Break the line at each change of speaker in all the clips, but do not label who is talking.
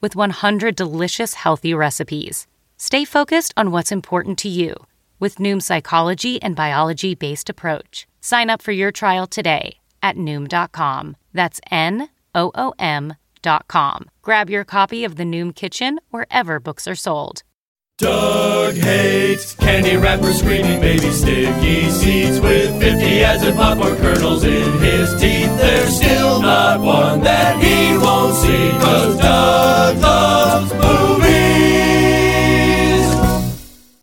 with 100 delicious healthy recipes. Stay focused on what's important to you with Noom's psychology and biology based approach. Sign up for your trial today at Noom.com. That's N O O M.com. Grab your copy of the Noom Kitchen wherever books are sold.
Doug hates candy wrappers, screaming baby sticky seeds with 50 as and popcorn kernels in his teeth. There's still not one that he won't see, cause Doug loves movies.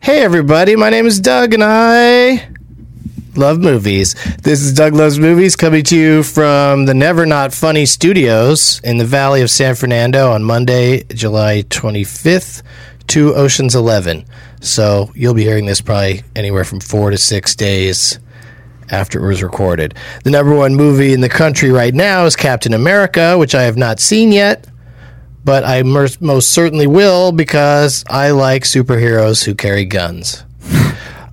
Hey, everybody. My name is Doug, and I love movies. This is Doug Loves Movies coming to you from the Never Not Funny Studios in the Valley of San Fernando on Monday, July 25th to Ocean's 11. So you'll be hearing this probably anywhere from four to six days after it was recorded. The number one movie in the country right now is Captain America, which I have not seen yet, but I mer- most certainly will because I like superheroes who carry guns.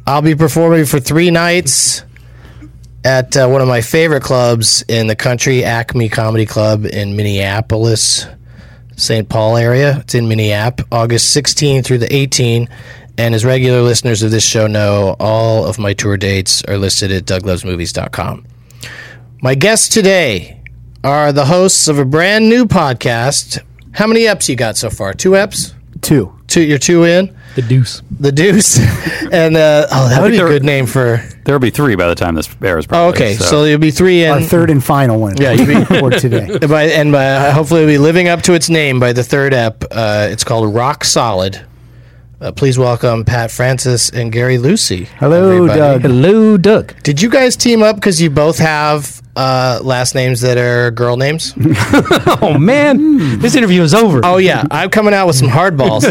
I'll be performing for three nights at uh, one of my favorite clubs in the country, Acme Comedy Club in Minneapolis, St. Paul area. It's in Minneapolis, August 16 through the 18. And as regular listeners of this show know, all of my tour dates are listed at douglovesmovies.com. My guests today are the hosts of a brand new podcast. How many eps you got so far? Two eps?
Two.
Two, you're two in?
The deuce.
The Deuce. and, uh, oh, that would be a
they're-
good name for.
There'll be three by the time this airs.
Oh,
Probably,
okay, so, you'll be three in.
Mm-hmm.
Our third and final one.
Yeah, you
we record today.
by, and by, hopefully it'll be living up to its name by the third ep. Uh, it's called Rock Solid. Uh, please welcome Pat Francis and Gary Lucy.
Hello, Doug.
Hello, Doug.
Did you guys team up because you both have uh, last names that are girl names?
Oh
Hmm.
man, this interview is over.
oh yeah, I'm coming out with some hardballs.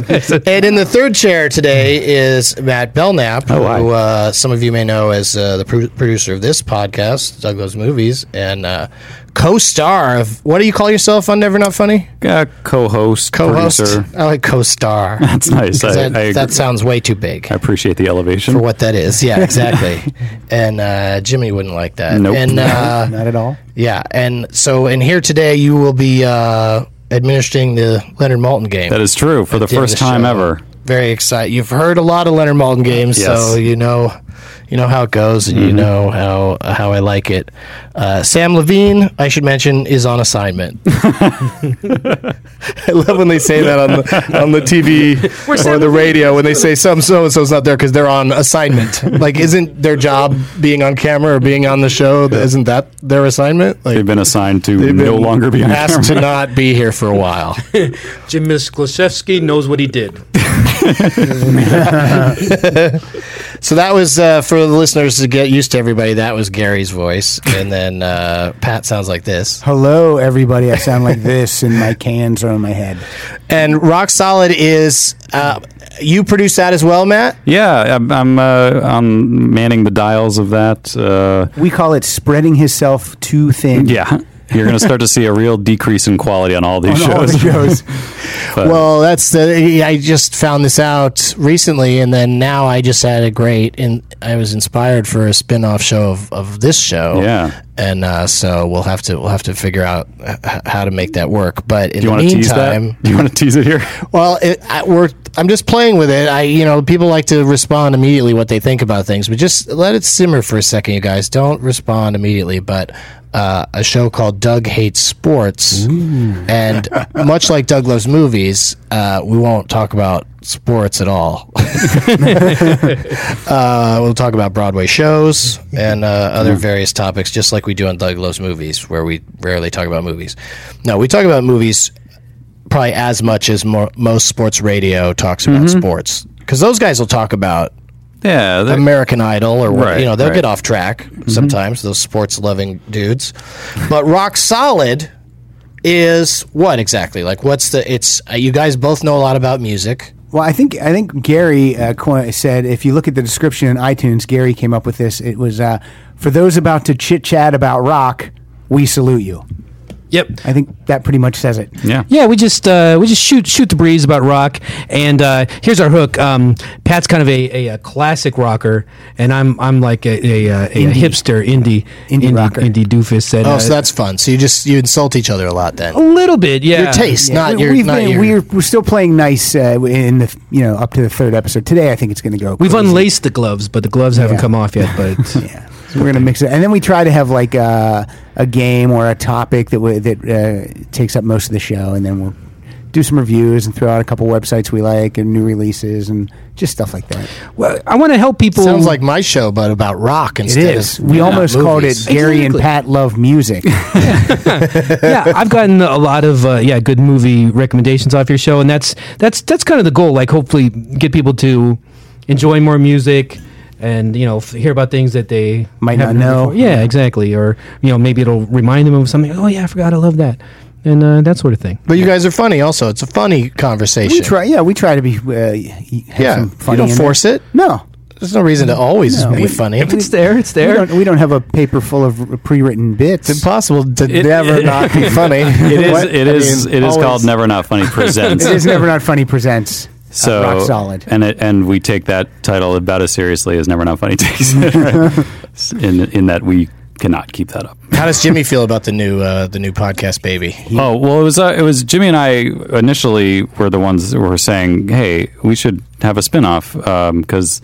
and in the third chair today is Matt Belknap,
Oh,
hi.
who uh, some of you may know as uh, the pro- producer of this podcast, Douglas Movies, and uh,
co-star of what do you call yourself on Never Not Funny?
Uh, co-host,
Co-host.
producer.
I like co-star.
That's nice. I,
'Cause
I,
that,
agree.
that sounds way too big.
I appreciate the elevation.
for what that is. Yeah, exactly. and uh, Jimmy wouldn't like that.
Nope.
And uh,
Not at all.
yeah, and so in here today, you will be uh, administering the Leonard Malton game.
That is true for the
During
first
the
time
show.
ever.
Very excited. You've heard a lot of Leonard Malton games, so
Yes. Mm-hmm.
you know, you know how it goes, and you know how how I like it. Uh, Sam Levine, I should mention, is on assignment. I love when they say that on the on the TV or the radio when they say some so and so's not there because they're on assignment. like, isn't their job being on camera or being on the show? Isn't that their assignment? Like,
They've been assigned to
they've
no
been
longer be on
asked
camera.
to not be here for a while.
Jim Misklaszewski knows what he did.
So that was uh, for the listeners to get used to everybody. That was Gary's voice, and then uh, Pat sounds like this.
Hello, everybody. I sound like this, and my cans are on my head.
And Rock Solid is uh, you produce that as well, Matt.
Yeah, I'm, I'm, uh, I'm manning the dials of that. Uh,
We call it spreading himself too thin.
yeah, you're going to start to see a real decrease in quality on all these
On all the
shows.
shows.
But-
Well, that's the I just found this out recently, and then now I just had a great and I was inspired for a spin-off show of, of this show.
Yeah.
and uh, so we'll have to we'll have to figure out h- how to make that work. But in
Do
the
you want to tease
meantime,
that? Do you want to tease it here?
Well, it, I, we're, I'm just playing with it. I, you know, people like to respond immediately what they think about things, but just let it simmer for a second, you guys. Don't respond immediately. But uh, a show called Doug Hates Sports, and much like Doug loves movies, uh, we won't talk about sports at all. uh, we'll talk about Broadway shows and uh, other various topics, just like we do on Doug loves movies, where we rarely talk about movies. No, we talk about movies probably as much as mo- most sports radio talks about
Mm-hmm.
sports because those guys will talk about
Yeah, they're-
American Idol or what
Right,
you know they'll
right.
get off track
Mm-hmm.
sometimes those sports loving dudes, but Rock Solid is what exactly like what's the it's uh, you guys both know a lot about music
Well, I think I think Gary uh, co- said if you look at the description in iTunes, Gary came up with this. It was uh, for those about to chit chat about rock. We salute you.
Yep.
I think that pretty much says it.
yeah.
Yeah, we just uh, we just shoot shoot the breeze about rock, and uh, here's our hook. Um, Pat's kind of a, a, a classic rocker, and I'm I'm like a, a, uh, a, a hipster indie
Indie rocker.
indie doofus. That,
oh
uh,
so that's fun so you just you insult each other a lot then
a little bit, yeah.
your taste not
We-
your
we've
not
been-
your
we're, we're still playing nice uh, in the you know up to the third episode today. I think it's going to go.
We've
crazy.
unlaced the gloves, but the gloves haven't
Yeah.
come off yet. But
Yeah. So we're gonna mix it, and then we try to have like a, a game or a topic that w- that uh, takes up most of the show, and then we'll do some reviews and throw out a couple websites we like and new releases and just stuff like that.
well, I want to help people.
sounds like my show but about rock
It
instead
is.
of
We almost called it
movies.
Gary
Exactly.
and Pat Love Music.
yeah, I've gotten a lot of uh, yeah good movie recommendations off your show, and that's that's that's kind of the goal. Like, hopefully, get people to enjoy more music, and you know, f- hear about things that they
Might not
haven't heard
know.
before. Yeah, exactly. Or you know, maybe it'll remind them of something. Oh yeah, I forgot. I love that, and uh, that sort of thing.
but you guys are funny also it's a funny conversation
we try. Yeah, we try to be. Uh, y- have
yeah
some funny
you don't
in
force it
there. No.
There's no reason to always
No,
be
we-
funny.
If it's there, it's
We
there.
don't, we don't have a paper full of pre-written bits.
It's impossible to never not be funny.
It is.
What?
It
I
is.
mean,
it is
always.
called Never Not Funny presents.
It is never not funny presents. uh,
so
rock solid.
and it, and we take that title about as seriously as Never Not Funny takes it. right? in in that we cannot keep that up.
How does Jimmy feel about the new uh, the new podcast, baby?
Oh well, it was uh, it was Jimmy and I initially were the ones that were saying, "Hey, we should have a spinoff because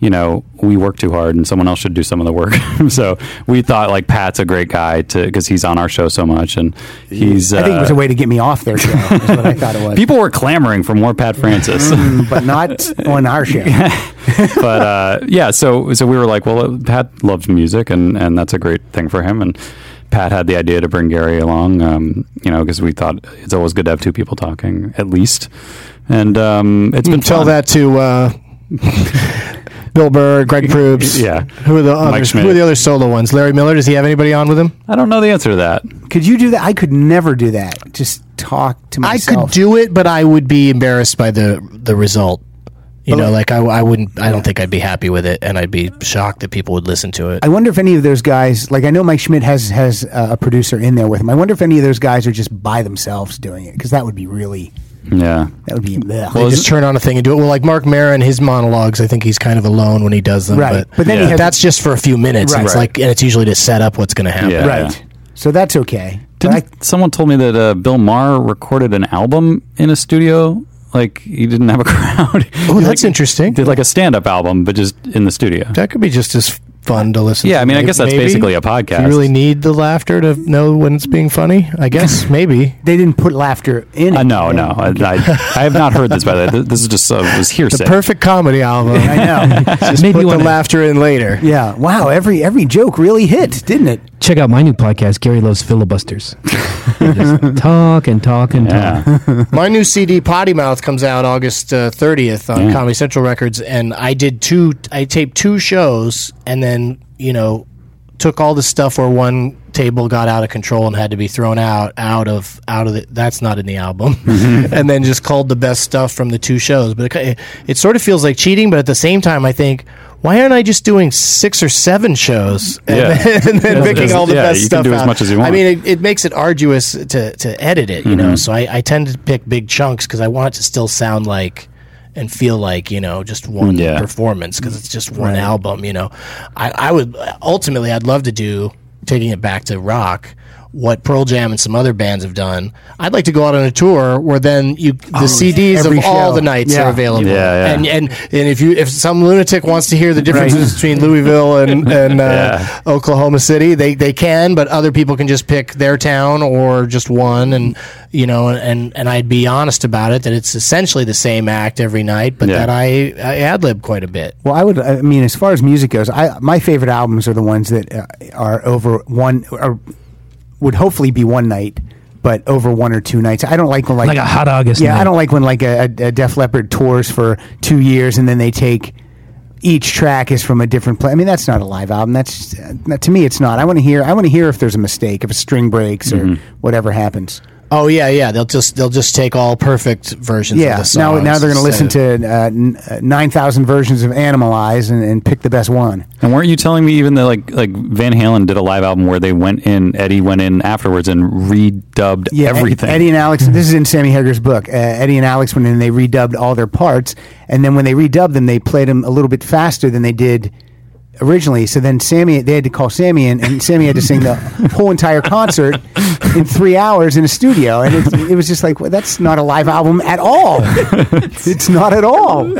you know we work too hard and someone else should do some of the work." so we thought like Pat's a great guy to because he's on our show so much and he's. Uh,
I think it was a way to get me off their show. is what I thought it was. Mm,
people were clamoring for more Pat Francis.
but not on our show.
but uh, yeah, so so we were like, well, Pat loves music, and and that's a great thing for him. And Pat had the idea to bring Gary along, um, you know, because we thought it's always good to have two people talking at least. And um, it's been
Tell
fun.
that to uh, Bill Burr, Greg Proops.
Yeah.
Who are the
Mike
others?
Schmidt.
Who are the other solo ones? Larry Miller. Does he have anybody on with him?
I don't know the answer to that.
Could you do that? I could never do that. Just talk to
I
myself.
could do it, but I would be embarrassed by the the result. You know, like I, I wouldn't. I don't think I'd be happy with it, and I'd be shocked that people would listen to it.
I wonder if any of those guys, like I know Mike Schmidt has has uh, a producer in there with him. I wonder if any of those guys are just by themselves doing it because that would be really
Yeah.
that would be blech.
Well,
just turn on a thing and do it. Well, like Mark Maron, his monologues, I think he's kind of alone when he does them.
Right.
But,
But then
he has-
that's just for a few minutes. and
Right.
it's like, and it's usually to set up what's going to happen.
Yeah.
right. So that's okay. But
Didn't,
I,
someone told me that uh, Bill Maher recorded an album in a studio. Like he didn't have a crowd.
Oh,
He,
that's
like,
interesting.
Did like a stand-up album, but just in the studio.
That could be just as fun to listen.
Yeah,
to.
I mean, I
May-
guess that's
maybe.
basically a podcast.
Do you really need the laughter to know when it's being funny? I guess maybe.
they didn't put laughter in. It,
Uh, no,
you
no,
know?
I, I, I have not heard this. By the way, Th- this is just uh, was
The
hearsay.
perfect comedy album.
I know.
just
Maybe
put the
when-
laughter in later.
yeah. Wow. Every every joke really hit, didn't it?
Check out my new podcast, Gary Loves Filibusters. Just talk and talk and talk.
yeah,
My new CD, Potty Mouth, comes out August uh, 30th on Comedy Central Records, and I did two. I taped two shows, and then you know, took all the stuff where one table got out of control and had to be thrown out out of out of the. That's not in the album, and then just called the best stuff from the two shows. But it, ki- it sort of feels like cheating, but at the same time, I think. Why aren't I just doing six or seven shows and
Yeah.
then, and then
Yeah,
picking all the
yeah,
best
you can
stuff
do as
out?
much as you want.
I mean, it, it makes it arduous to, to edit it, you know. So I, I tend to pick big chunks because I want it to still sound like and feel like you know just one
Yeah.
performance because it's just one album, you know. I, I would ultimately I'd love to do taking it back to rock. What Pearl Jam and some other bands have done, I'd like to go out on a tour where then you the CDs of
every
all
show.
the nights
Yeah.
are available,
Yeah, yeah.
and and and if you if some lunatic wants to hear the differences between Louisville and and uh, Oklahoma City, they they can, but other people can just pick their town or just one, and you know, and and I'd be honest about it that it's essentially the same act every night, but
Yeah.
that I, I ad lib quite a bit.
Well, I would. I mean, as far as music goes, I my favorite albums are the ones that uh, are over one or would hopefully be one night, but over one or two nights. I don't like when like,
Like a hot August
Yeah, I
night.
don't like when like a, a Def Leppard tours for two years and then they take each track is from a different play. I mean, that's not a live album. That's uh, to me, it's not. I want to hear. I want to hear if there's a mistake, if a string breaks, or whatever happens.
Oh yeah, yeah, they'll just they'll just take all perfect versions. of
Yeah.
the
Now,
songs
now they're going to
instead of-
listen to uh, n- uh, nine thousand versions of Animal Eyes and, and pick the best one.
and weren't you telling me even that like like Van Halen did a live album where they went in Eddie went in afterwards and redubbed everything.
E- Eddie and Alex. This is in Sammy Hager's book. Uh, Eddie and Alex went in and they redubbed all their parts, and then when they redubbed them, they played them a little bit faster than they did originally. So then Sammy, they had to call Sammy in, and Sammy had to sing the whole entire concert in three hours in a studio, and it, it was just like well, that's not a live album at all. it's not at all.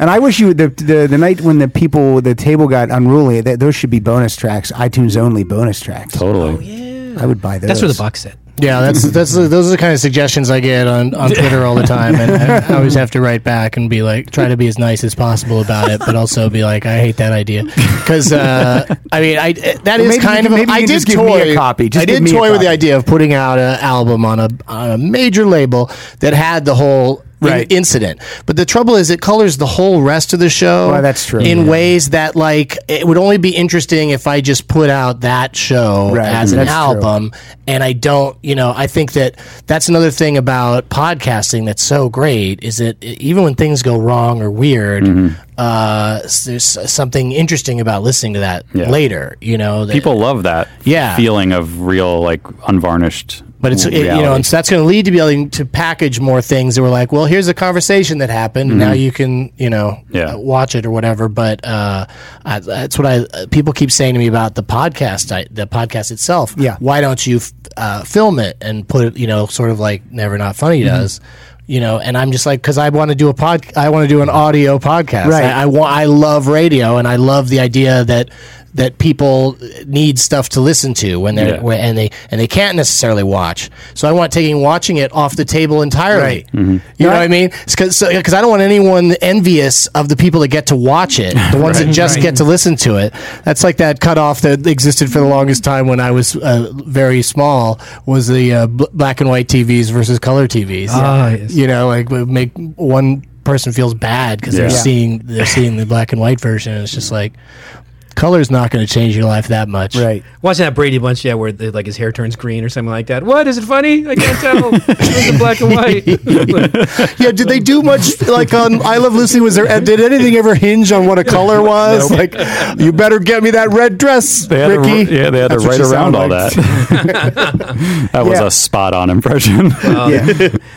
And I wish you would- the, the the night when the people the table got unruly. That those should be bonus tracks, iTunes only bonus tracks.
totally.
I would buy those.
That's where the box set.
Yeah, that's that's those are the kind of suggestions I get on, on Twitter all the time, and I, I always have to write back and be like, try to be as nice as possible about it, but also be like, I hate that idea because uh, I mean, I that is
maybe you
kind
can-
of
maybe you
I
can
did
just give
toy
me a copy. Just
I
give
did
me a
toy with the
copy.
idea of putting out an album on a on a major label that had the whole. in-
Right.
incident, but the trouble is, it colors the whole rest of the show.
Well, that's true.
In
Yeah.
ways that, like, it would only be interesting if I just put out that show
Right. Hmm.
as an
That's true.
album um, and I don't, you know, I think that that's another thing about podcasting that's so great is that e, even when things go wrong or weird,
Mm-hmm.
uh, s- there's something interesting about listening to that
Yeah.
later, you know. That,
People love that
Yeah.
feeling of real like unvarnished.
but it's it, you know,
reality.
and so that's going to lead to be able to package more things that were like, well, here's a conversation that happened. Now you can, you know,
Yeah.
uh, watch it or whatever. But uh, I, that's what I uh, people keep saying to me about the podcast, I, the podcast itself.
Yeah.
why don't you f- uh, film it and put it, you know, sort of like Never Not Funny does. You know, and I'm just like because I want to do a pod. I want to do an audio podcast.
Right.
I, I want. I love radio, and I love the idea that that people need stuff to listen to when they're
Yeah.
when- and they and they can't necessarily watch. So I want taking watching it off the table entirely. You know what I mean? Because I don't want anyone envious of the people that get to watch it, the ones that just get to listen to it. That's like that cutoff that existed for the longest time when I was uh, very small was the uh, bl- black and white TVs versus color TVs.
Ah, yes.
You know, like would make one person feels bad because
Yeah.
they're
Yeah.
seeing they're seeing the black and white version. And it's just like color's not going to change your life that much.
Right.
Watching that Brady Bunch, yeah, where the, like his hair turns green or something like that. What is it funny? I can't tell. it's in black and white.
Yeah. Did they do much like on I Love Lucy? Was there did anything ever hinge on what a color was? Like, you better get me that red dress,
They had
Ricky.
to, yeah, they had
That's
to
what
write
she
around
sounded
all
like.
that. that was
Yeah.
a spot on impression.
yeah.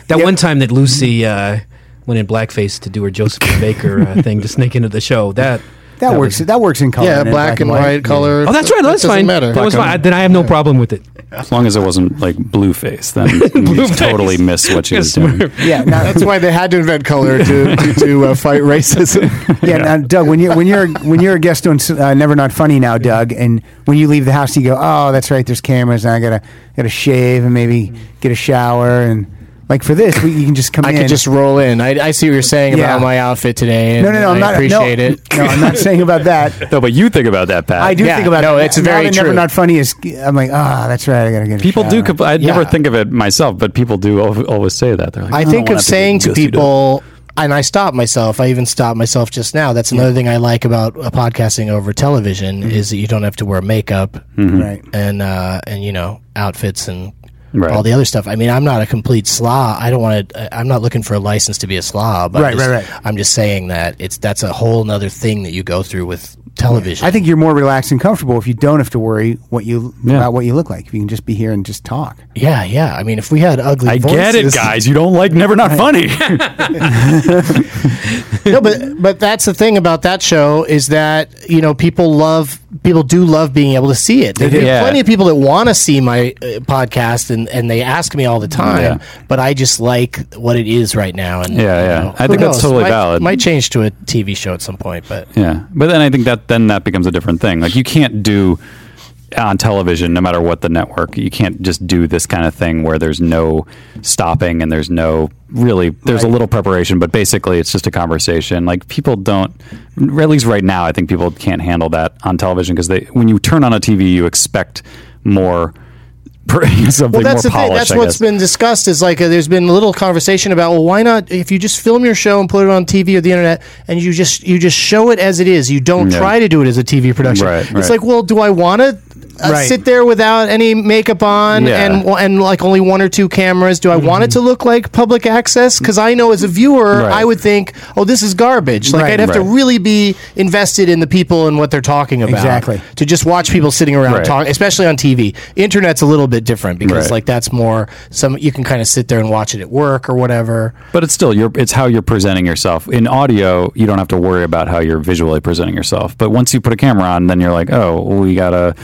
that one time that Lucy uh, went in blackface to do her Josephine Baker uh, thing to sneak into the show. That
That
was-
works. That works in color.
Yeah,
in
black, and white, color.
Oh, that's right. That's
doesn't
fine.
Matter.
That was
Black
fine.
and-
Then I have no problem with it.
as long as it wasn't like blue face, then you just totally miss what she was doing.
Yeah. Now,
That's why they had to invent color to to, to uh, fight racism.
yeah, Now, Doug, when you when you're when you're a guest on uh, Never Not Funny now, Doug, and when you leave the house, you go, oh, that's right, there's cameras, and I gotta gotta shave and maybe get a shower and like for this, we, you can just come
I
in.
could just roll in. I, I see what you're saying about
Yeah.
my outfit today. And
no, no, no,
I
I'm not
appreciate
no,
it.
No, I'm not saying about that.
No, but you think about that, Pat.
I do
Yeah,
think about
no,
that.
it's
Now
very
that
true.
Never Not Funny is. I'm like, ah, that's right, I gotta get. A
People do.
shower."
Compl- I
Yeah.
never think of it myself, but people do al- always say that. They're like,
I
don't
think
wanna
of
have
saying
be
to
gussied up."
people, and I stop myself. I even stop myself just now. That's another thing I like about uh, podcasting over television is that you don't have to wear makeup
right.
and uh, and you know outfits and
Right.
all the other stuff. I mean, I'm not a complete slob. I don't want to. I'm not looking for a license to be a slob.
Right,
I'm just,
right, right.
I'm just saying that it's that's a whole nother thing that you go through with television.
I think you're more relaxed and comfortable if you don't have to worry what you
Yeah.
about what you look like. If you can just be here and just talk.
Yeah, yeah. I mean, if we had ugly,
I get it,
voices-
guys. You don't like Never Not Funny.
no, but but that's the thing about that show is that you know people love people do love being able to see it. There,
do.
there
Yeah.
are plenty of people that want to see my uh, podcast and and they ask me all the time. But I just like what it is right now. And
Yeah, yeah.
you know,
I
who
think that's
knows?
totally
might,
valid.
Might change to a TV show at some point, but
yeah, but then I think that then that becomes a different thing. Like you can't do on television, no matter what the network, you can't just do this kind of thing where there's no stopping and there's no really there's a little preparation, but basically it's just a conversation. Like people don't, or at least right now, I think people can't handle that on television because they when you turn on a TV, you expect more.
Well, that's
something more
the thing.
polished,
That's
I
what's
guess.
been discussed. Is like uh, there's been a little conversation about well, why not if you just film your show and put it on TV or the internet, and you just you just show it as it is. You don't
Yeah.
try to do it as a TV production.
Right,
it's
right.
like, well, do I want to? Uh,
Right.
Sit there without any makeup on
Yeah.
and and like only one or two cameras. Do I want
Mm-hmm.
it to look like public access? Because I know as a viewer,
Right.
I would think, oh, this is garbage. Like
Right.
I'd have to
Right.
really be invested in the people and what they're talking about.
Exactly.
To just watch people sitting around
Right.
talking, especially on TV. Internet's a little bit different because
Right.
like that's more some you can kind of sit there and watch it at work or whatever.
But it's still your it's how you're presenting yourself. In audio, you don't have to worry about how you're visually presenting yourself. But once you put a camera on, then you're like, oh, we gotta.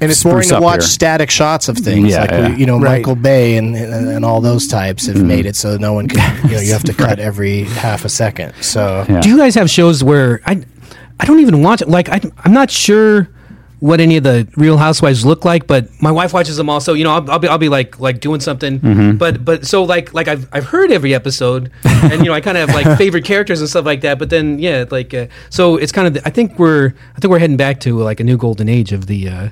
And it's
spruce
boring to
up
watch
here.
static shots of things,
Yeah,
like uh,
yeah. Mm-hmm.
you know
Right.
Michael Bay and, and and all those types have made it so no one can. You know, you have to cut every half a second. So
Yeah.
Do you guys have shows where I, I don't even watch it? Like I, I'm not sure what any of the Real Housewives look like, but my wife watches them all. So you know, I'll, I'll be, I'll be like, like doing something.
Mm-hmm.
But, but so like, like I've, I've heard every episode, and you know, I kind of have like favorite characters and stuff like that. But then, yeah, like, uh, so it's kind of. the- I think we're, I think we're heading back to like a new golden age of the, uh,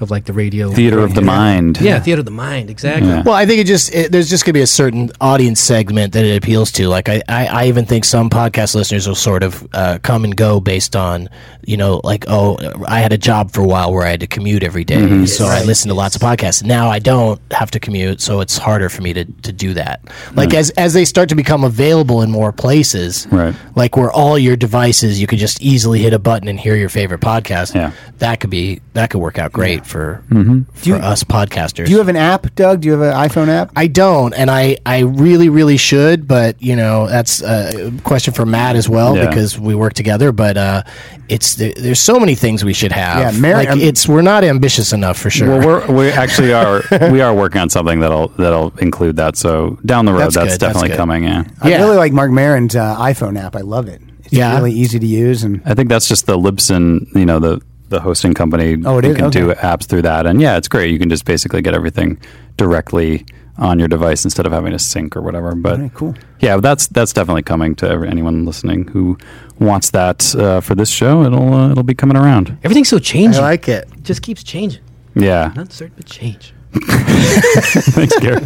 of like the radio
Theater of the mind.
Yeah, theater of the mind, exactly.
Yeah.
Well, I think it just it, there's just going to be a certain audience segment that it appeals to. Like I, I, I even think some podcast listeners will sort of uh, come and go based on you know like oh I had a job for a while where I had to commute every day,
Mm-hmm.
so I listened to lots of podcasts. Now I don't have to commute, so it's harder for me to, to do that. Like as as they start to become available in more places,
Right.
Like where all your devices you could just easily hit a button and hear your favorite podcast.
Yeah. Mm-hmm.
that could be that could work out great for for us podcasters.
Do you have an app, Doug? Do you have an iPhone app?
I don't, and I, I really, really should, but you know that's a question for Matt as well
Yeah.
because we work together. But uh, it's there, there's so many things we should have.
Yeah, Mary-
like
I'm-
it's we're not ambitious enough for sure.
Well, we're we actually are we are working on something that'll that'll include that. So down the road,
That's
that's,
good, that's
definitely
good.
coming. Yeah.
yeah,
I really like Mark Maron's uh, iPhone app. I love it. It's
Yeah.
really easy to use and
I think that's just the Libsyn, you know, the the hosting company.
Oh, it
you
is?
can do
Okay.
apps through that, and yeah, it's great. You can just basically get everything directly on your device instead of having to sync or whatever. But
cool.
Yeah, that's that's definitely coming to every, anyone listening who wants that uh, for this show. It'll uh, it'll be coming around.
Everything's so changing.
I like it.
just keeps changing.
Yeah,
Not certain, but change.
Thanks, Gary.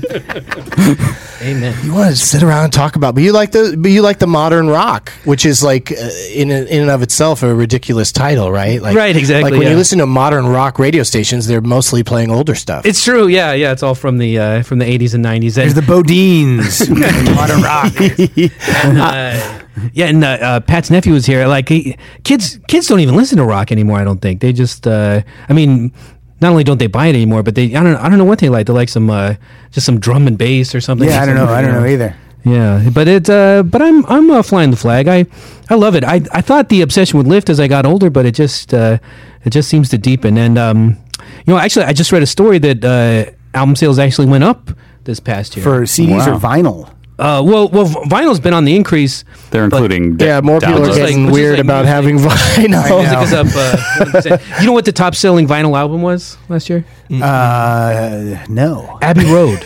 Amen.
You want to sit around and talk about, but you like the but you like the modern rock, which is like uh, in in and of itself a ridiculous title, right? Like,
Right, exactly,
Like when
yeah.
you listen to modern rock radio stations, they're mostly playing older stuff.
It's true. Yeah, yeah. It's all from the uh, from the 80s and 90s. And,
There's the Bodines, modern rock.
uh, yeah, and uh, uh, Pat's nephew was here. Like he, kids, kids don't even listen to rock anymore. I don't think they just. Uh, I mean, not only don't they buy it anymore, but they. I don't. I don't know what they like. They like some uh, just some drum and bass or something.
Yeah, I don't know. I don't know either.
Yeah, but it. Uh, but I'm I'm uh, flying the flag. I I love it. I I thought the obsession would lift as I got older, but it just uh, it just seems to deepen. And um, you know, actually, I just read a story that uh, album sales actually went up this past year.
For CDs
Wow.
or vinyl.
uh, well, well, vinyl's been on the increase.
They're including
yeah, more people are
downloads.
Just like-
getting
just
weird
like
about
music.
having vinyl.
Music is up. Uh, 1%. you know what the top selling vinyl album was last year?
Uh, no,
Abbey Road.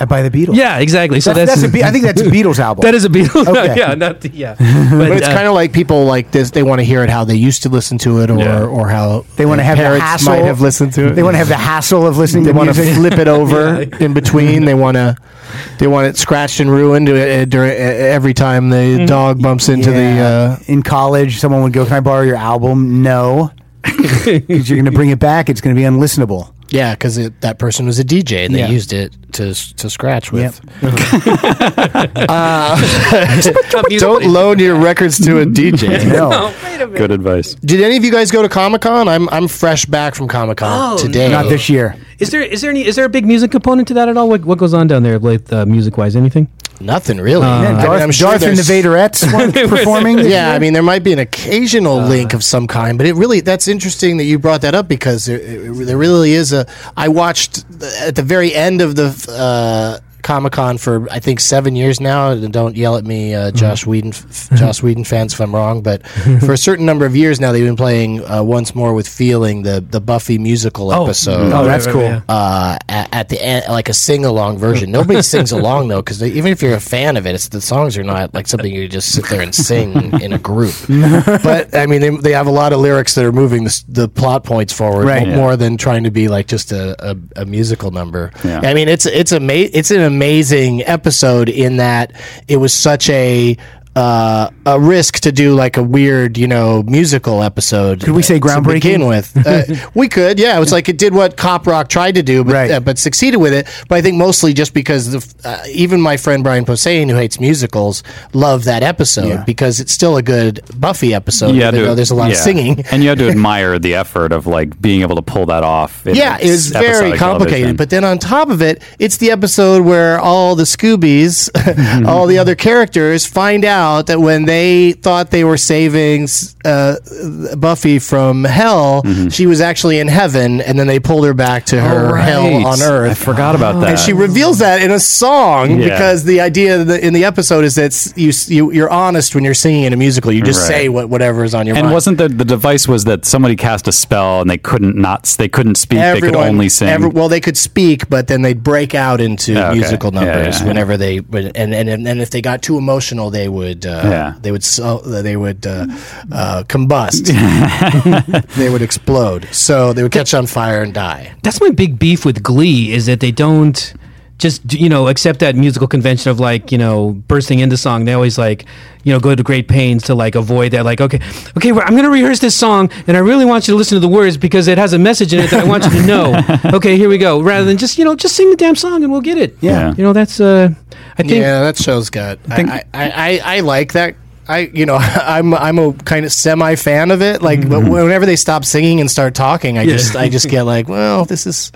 Uh, by the Beatles.
yeah, exactly. So
that's,
that's,
that's a Be- I think that's a Beatles album.
that is a Beatles.
Okay.
yeah, not the, yeah. But,
But it's
uh,
kind of like people like this. They want to hear it how they used to listen to it, or
Yeah.
or how
They want to
their
have the
parents
hassle.
might have listened to it.
They want to have the hassle of listening
They
to
want to
music.
flip it over in between. They want to. They want it scratched and ruined uh, during uh, every time the dog bumps into uh,
Yeah. uh, in college, someone would go, "Can I borrow your album?" No, because you're going to bring it back. It's going to be unlistenable.
the. Uh, yeah, because that person was a DJ and
Yeah.
they used it to to scratch with.
Top music-
Don't loan your records to a DJ.
No,
Good advice.
Did any of you guys go to Comic Con? I'm I'm fresh back from Comic Con
Oh,
today.
not this year.
Is there is there any is there a big music component to that at all? What what goes on down there, like uh, music wise? Anything?
Nothing really.
Yeah,
I mean,
Uh, Darth,
I'm sure
Darth and the
there's-
Vaderettes were performing.
Yeah, I mean, there might be an occasional link of some kind, but it really, that's interesting that you brought that up because there, it- there really is a. I watched the- at the very end of the uh, Comic Con for, I think, seven years now. and Don't yell at me, uh, Josh, Whedon, f- Josh Whedon fans, if I'm wrong, but for a certain number of years now, they've been playing uh, Once More with Feeling, the, the Buffy musical episode
oh, that's cool.
uh, at, at the end, like a sing along version. Nobody sings along though, because even if you're a fan of it, it's, the songs are not like something you just sit there and sing in a group. but I mean, they, they have a lot of lyrics that are moving the, s- the plot points forward
Right.
mo-
Yeah.
more than trying to be like just a, a, a musical number.
Yeah.
I mean, it's it's ama- it's an amazing episode in that it was such a uh, a risk to do like a weird, you know, musical episode. Could
we
To
say
begin
groundbreaking?
with with. Uh, we could, yeah. It was like it did what cop rock tried to do, but
Right.
uh, but succeeded with it. But I think mostly just because the, f- uh, even my friend Brian Posehn, who hates musicals, loved that episode
Yeah.
because it's still a good Buffy episode,
Yeah,
even though there's a lot of singing.
and you had to admire the effort of like being able to pull that off. in
Yeah, it was very
episodic television.
complicated. But then on top of it, it's the episode where all the Scoobies,
Mm-hmm.
all the other characters, find out that when they thought they were saving uh, Buffy from hell,
Mm-hmm.
she was actually in heaven, and then they pulled her back to her hell on earth.
I forgot about that.
And she reveals that in a song
Yeah.
because the idea that in the episode is that s- you, s- you you're honest when you're singing in a musical. You just
Right.
say what whatever is on your
and
mind.
wasn't the the device was that somebody cast a spell and they couldn't not they couldn't speak they could only sing.
every- well, they could speak, but then they'd break out into
okay.
musical
Yeah,
numbers
yeah, yeah.
whenever they. when- And, and and and if they got too emotional, they would. Uh,
Yeah.
They would. So, they would uh, uh, combust. they would explode. So they would catch on fire and die.
That's my big beef with Glee is that they don't just you know accept that musical convention of like you know bursting into song. They always like you know go to great pains to like avoid that. Like okay, okay, well, I'm gonna rehearse this song, and I really want you to listen to the words because it has a message in it that I want you to know. okay, here we go. Rather than just you know just sing the damn song and we'll get it.
Yeah.
you know that's uh, I think
yeah, that show's got. I, I, I, I like that. I you know I'm I'm a kind of semi fan of it. Like,
Mm-hmm.
but whenever they stop singing and start talking, I just I just get like, well, this is.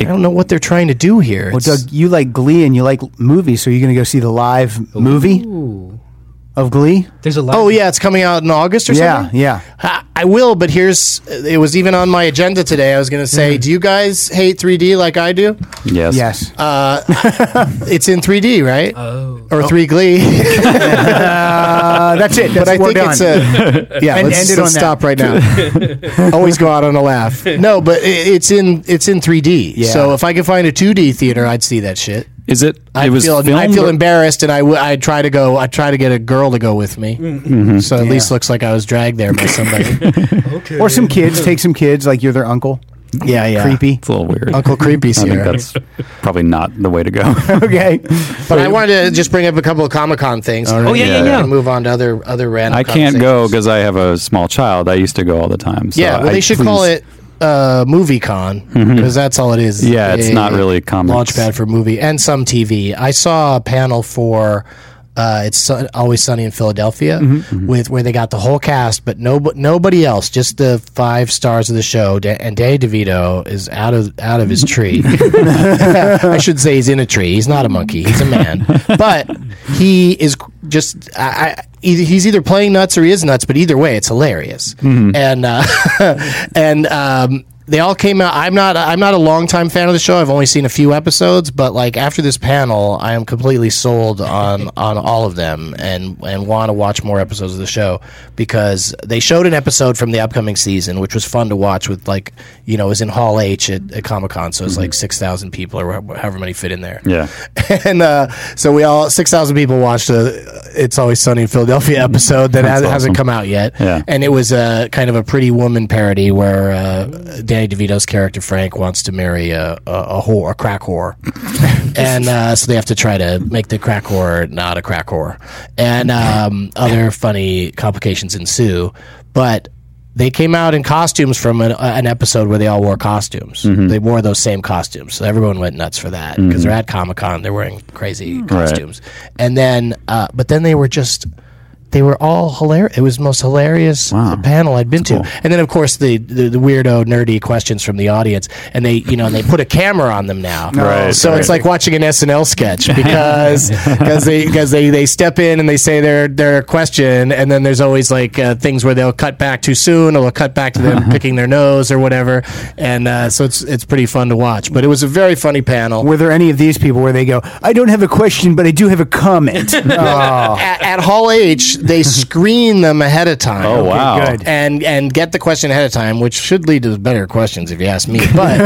I don't know what they're trying to do here.
Well,
It's-
Oh, Doug, you like Glee and you like movies, so you're going to go see the live movie of Glee.
there's a lot.
Oh yeah, it's coming out in August or
Yeah,
something.
yeah.
I, I will, but here's it was even on my agenda today. I was going to say, do you guys hate 3D like I do?
yes.
Yes.
Uh, It's in 3D, right?
Uh,
Oh, or 3 Glee.
Uh, that's it. That's,
but I
we're
think
done.
it's a yeah.
And
let's let's
end it on that.
stop right now. Always go out on a laugh. No, but i it's in it's in 3D.
Yeah.
So if I could find a 2D theater, I'd see that shit.
Is it?
I
it was
feel I
filmed
feel
or-
embarrassed, and I w- I try to go. I try to get a girl to go with me. So at least looks like I was dragged there by somebody.
or some kids take some kids, like you're their uncle.
Yeah, Uh, yeah.
Creepy.
It's a little weird.
Uncle Creepy's
I think
here.
that's probably not the way to go.
okay.
But I wanted to just bring up a couple of Comic Con things.
Oh, yeah, yeah,
and
yeah.
Move on to other other random.
I can't go
conversations.
because I have a small child. I used to go all the time. So
yeah, well,
I-
they should
please- Mm-hmm.
call it uh, Movie Con because that's all it is.
Yeah, it's
A
not really comics.
Launchpad for movie and some TV. I saw a panel for. Uh, it's Sun- always sunny in Philadelphia,
Mm-hmm,
with where they got the whole cast, but no, nobody else. Just the five stars of the show, Da- and Danny DeVito is out of out of his tree. I should say he's in a tree. He's not a monkey. He's a man, but he is just. I, I, either- he's either playing nuts or he is nuts. But either way, it's hilarious. And uh, and um, they all came out. I'm not. I'm not a longtime fan of the show. I've only seen a few episodes, but like after this panel, I am completely sold on on all of them, and and want to watch more episodes of the show because they showed an episode from the upcoming season, which was fun to watch. With like, you know, it was in Hall H at, at Comic Con, so it's like six thousand people or wh- however many fit in there
Mm-hmm. Yeah.
and uh, so we all six thousand people watched the "It's Always Sunny in Philadelphia" episode that
That's
has, hasn't
awesome.
come out yet.
Yeah.
And it was a kind of a Pretty Woman parody where uh, Danny DeVito's character Frank wants to marry a, a, a whore, a crack whore, and uh, so they have to try to make the crack whore not a crack whore, and um, other funny complications ensue, but. They came out in costumes from an, uh, an episode where they all wore costumes.
Mm-hmm.
They wore those same costumes, so everyone went nuts for that because they're at Comic Con. They're wearing crazy costumes, and then, uh, but then they were just they were all hilarious. It was the most hilarious panel I'd been to. And then, of course, the, the, the weirdo, nerdy questions from the audience. And they, you know, and they put a camera on them now.
Right,
So it's
right.
like watching an SNL sketch because cause they, cause they, they step in and they say their, their question. And then there's always like uh, things where they'll cut back too soon or they'll cut back to them picking their nose or whatever. And uh, so it's, it's pretty fun to watch. But it was a very funny panel.
Were there any of these people where they go, I don't have a question, but I do have a comment? oh,
at, at Hall H, they screen them ahead of time.
Oh, Okay, wow. good.
And and get the question ahead of time, which should lead to better questions if you ask me. But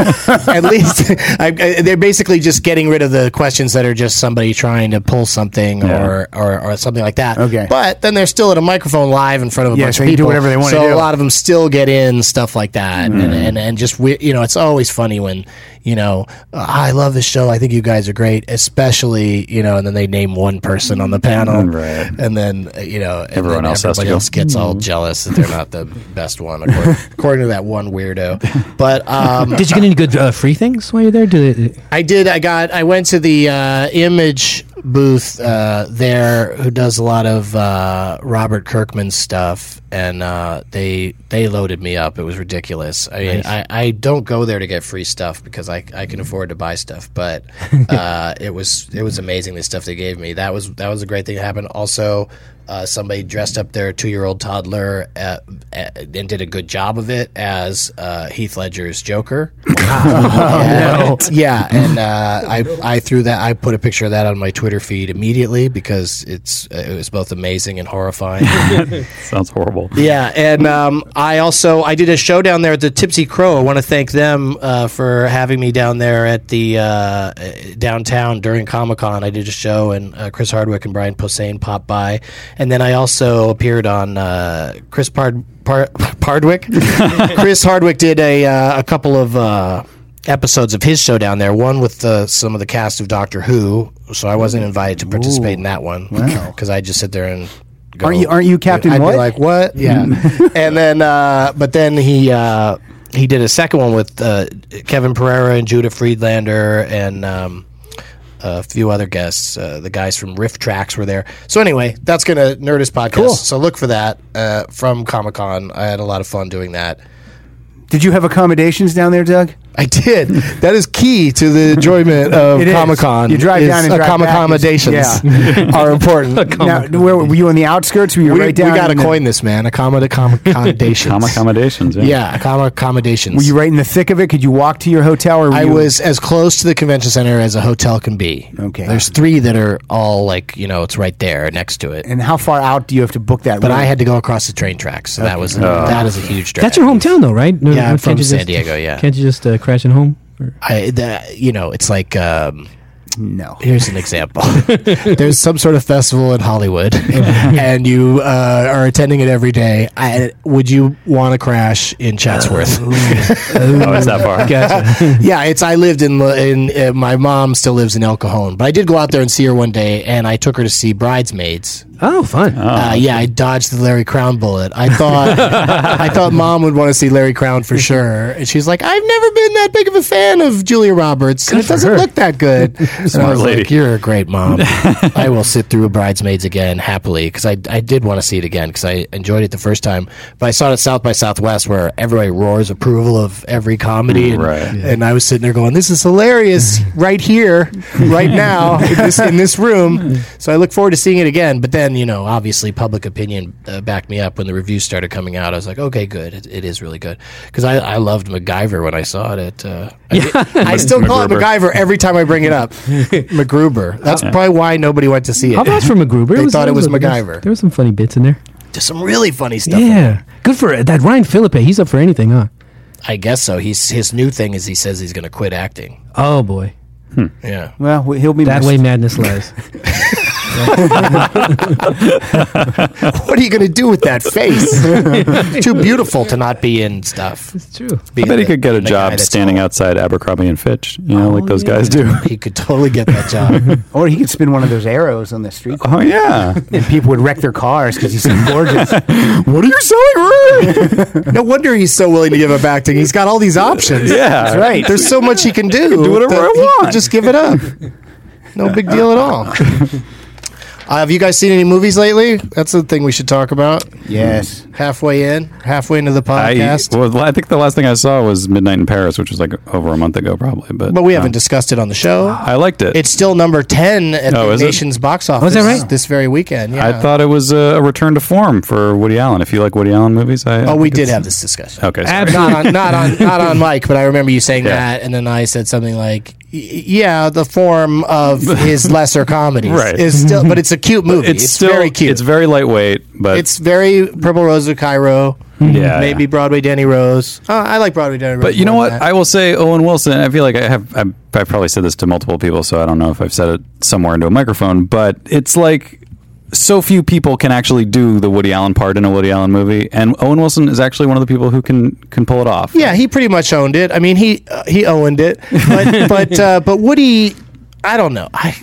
at least I, I- they're basically just getting rid of the questions that are just somebody trying to pull something or, or or something like that.
Okay.
But then they're still at a microphone live in front of a
Yes,
bunch
they
of
can do
people.
whatever they wanna
So
do. Mm.
a lot of them still get in stuff like that, and, and and just we, you know, it's always funny when you know "Oh, I love this show. I think you guys are great, especially you know, and then they name one person on the panel,
Right.
and then uh, you know, and
Everyone
then
else has to
everybody
go.
else gets all jealous that they're not the best one, according, according to that one weirdo. But um,
Did you get any good uh, free things while you're there? Did
I did. I got. I went to the uh, image booth uh, there, who does a lot of uh, Robert Kirkman stuff, and uh, they they loaded me up. It was ridiculous. I mean, I, I don't go there to get free stuff because I, I can afford to buy stuff, but uh, it was it was amazing the stuff they gave me. That was that was a great thing that happened. Also. Uh, somebody dressed up their two-year-old toddler uh uh and did a good job of it as uh, Heath Ledger's Joker. Yeah. Yeah, and uh, I I threw that I put a picture of that on my Twitter feed immediately because it's it was both amazing and horrifying.
Sounds horrible.
yeah, and um, I also I did a show down there at the Tipsy Crow. I want to thank them uh, for having me down there at the uh, downtown during Comic Con. I did a show, and uh, Chris Hardwick and Brian Posehn popped by, and then I also appeared on uh, Chris Pard. Par- Pardwick, Chris Hardwick did a uh, a couple of uh, episodes of his show down there. One with uh, some of the cast of Doctor Who, so I wasn't invited to participate in that one because I just sit there and. Go,
Aren't you- aren't you Captain
I'd
What?
Be like what? Yeah. and then, uh, but then he uh, he did a second one with uh, Kevin Pereira and Judah Friedlander and. Um, a few other guests. Uh, the guys from Riff Tracks were there. So anyway, that's gonna Nerdist podcast. So look for that uh, from Comic Con. I had a lot of fun doing that.
did you have accommodations down there, Doug?
I did. That is key to the enjoyment of
It is.
Comic Con.
You drive down and drive
Comic
back.
accommodations are important.
Now, where, were you on the outskirts? Were you
we,
right down?
got to
in the-
coin this, man. Accommod- com- accommodations.
Comic accommodations. Yeah.
yeah, accom- accommodations.
Were you right in the thick of it? Could you walk to your hotel? Or were
I
you-
was as close to the convention center as a hotel can be.
Okay.
There's three that are all like, you know, it's right there next to it.
And how far out do you have to book that?
But
room?
I had to go across the train tracks. So that was
Uh,
that is a huge drag.
that's your hometown though, right? No,
Yeah, I'm
can't
from
you
San
just-
Diego, yeah.
can't you just uh, crash at home? Or-
I, the, you know, it's like um,
No.
Here's an example. There's some sort of festival in Hollywood, and you uh, are attending it every day. I, would you want to crash in Chatsworth?
Oh, it's that far.
yeah, it's. I lived in La- in uh, my mom still lives in El Cajon, but I did go out there and see her one day, and I took her to see Bridesmaids.
Oh, fun.
Uh, yeah, I dodged the Larry Crown bullet. I thought I thought mom would want to see Larry Crown for sure, and she's like, "I've never been that big of a fan of Julia Roberts, and it doesn't look that good." and I was
lady.
like, "You're a great mom. I will sit through Bridesmaids again happily because I I did want to see it again because I enjoyed it the first time, but I saw it at South by Southwest where everybody roars approval of every comedy, and,
Right.
and I was sitting there going, "This is hilarious right here, right now, in this, in this room." So I look forward to seeing it again. But then, you know, obviously, public opinion uh, backed me up when the reviews started coming out. I was like, "Okay, good, it, it is really good," because I, I loved MacGyver when I saw it. At, uh, I, I still call it
MacGruber.
MacGyver every time I bring it up. MacGruber. That's probably why nobody went to see
How
it.
about for MacGruber?
They thought it was
there
MacGyver.
There was some funny bits in there.
Just some really funny stuff. in there.
Yeah, good for that Ryan Philippe. He's up for anything, huh?
I guess so. He's his new thing is he says he's going to quit acting.
Oh boy,
Yeah.
Well, w- he'll be
that
missed.
way madness lies.
What are you going to do with that face? Too beautiful to not be in stuff.
it's true.
I bet he could get
The
a
guy
job
that's
standing outside Abercrombie and Fitch, you know, like those guys do.
He could totally get that job.
Or he could spin one of those arrows on the street,
Oh yeah,
and people would wreck their cars because he's so gorgeous.
what are you selling, Rory?
no wonder he's so willing to give up acting. He's got all these options.
yeah,
That's right.
There's so much he can do.
do whatever
that
I
he could
want.
Just give it up. No big deal at all. Uh, have you guys seen any movies lately? That's the thing we should talk about.
Yes.
Halfway in, halfway into the
I,
podcast.
well, I think the last thing I saw was Midnight in Paris, which was like over a month ago, probably. But
but we
uh,
haven't discussed it on the show.
I liked it.
It's still number 10 at
Oh,
the
is it?
nation's box office
that right?
this very weekend. Yeah.
I thought it was a, a return to form for Woody Allen. If you like Woody Allen movies, I
oh,
I
we
think
did
it's-
have this discussion.
Okay, sorry.
Absolutely.
not on not on not on mic, but I remember you saying
Yeah.
that, and then I said something like, y- "Yeah, the form of his lesser comedies
Right.
is still, but it's a cute movie. It's,
still
very cute.
It's
It's,
very lightweight, but
very Purple Rose of Cairo,
yeah,
maybe
yeah.
Broadway Danny Rose. Uh, I like Broadway Danny Rose.
But you know
more
what?
than
I will say Owen Wilson. I feel like I have. I've, I've probably said this to multiple people, so I don't know if I've said it somewhere into a microphone. But it's like so few people can actually do the Woody Allen part in a Woody Allen movie, and Owen Wilson is actually one of the people who can can pull it off.
Yeah, he pretty much owned it. I mean, he uh, he owned it, but but uh, but Woody, I don't know. I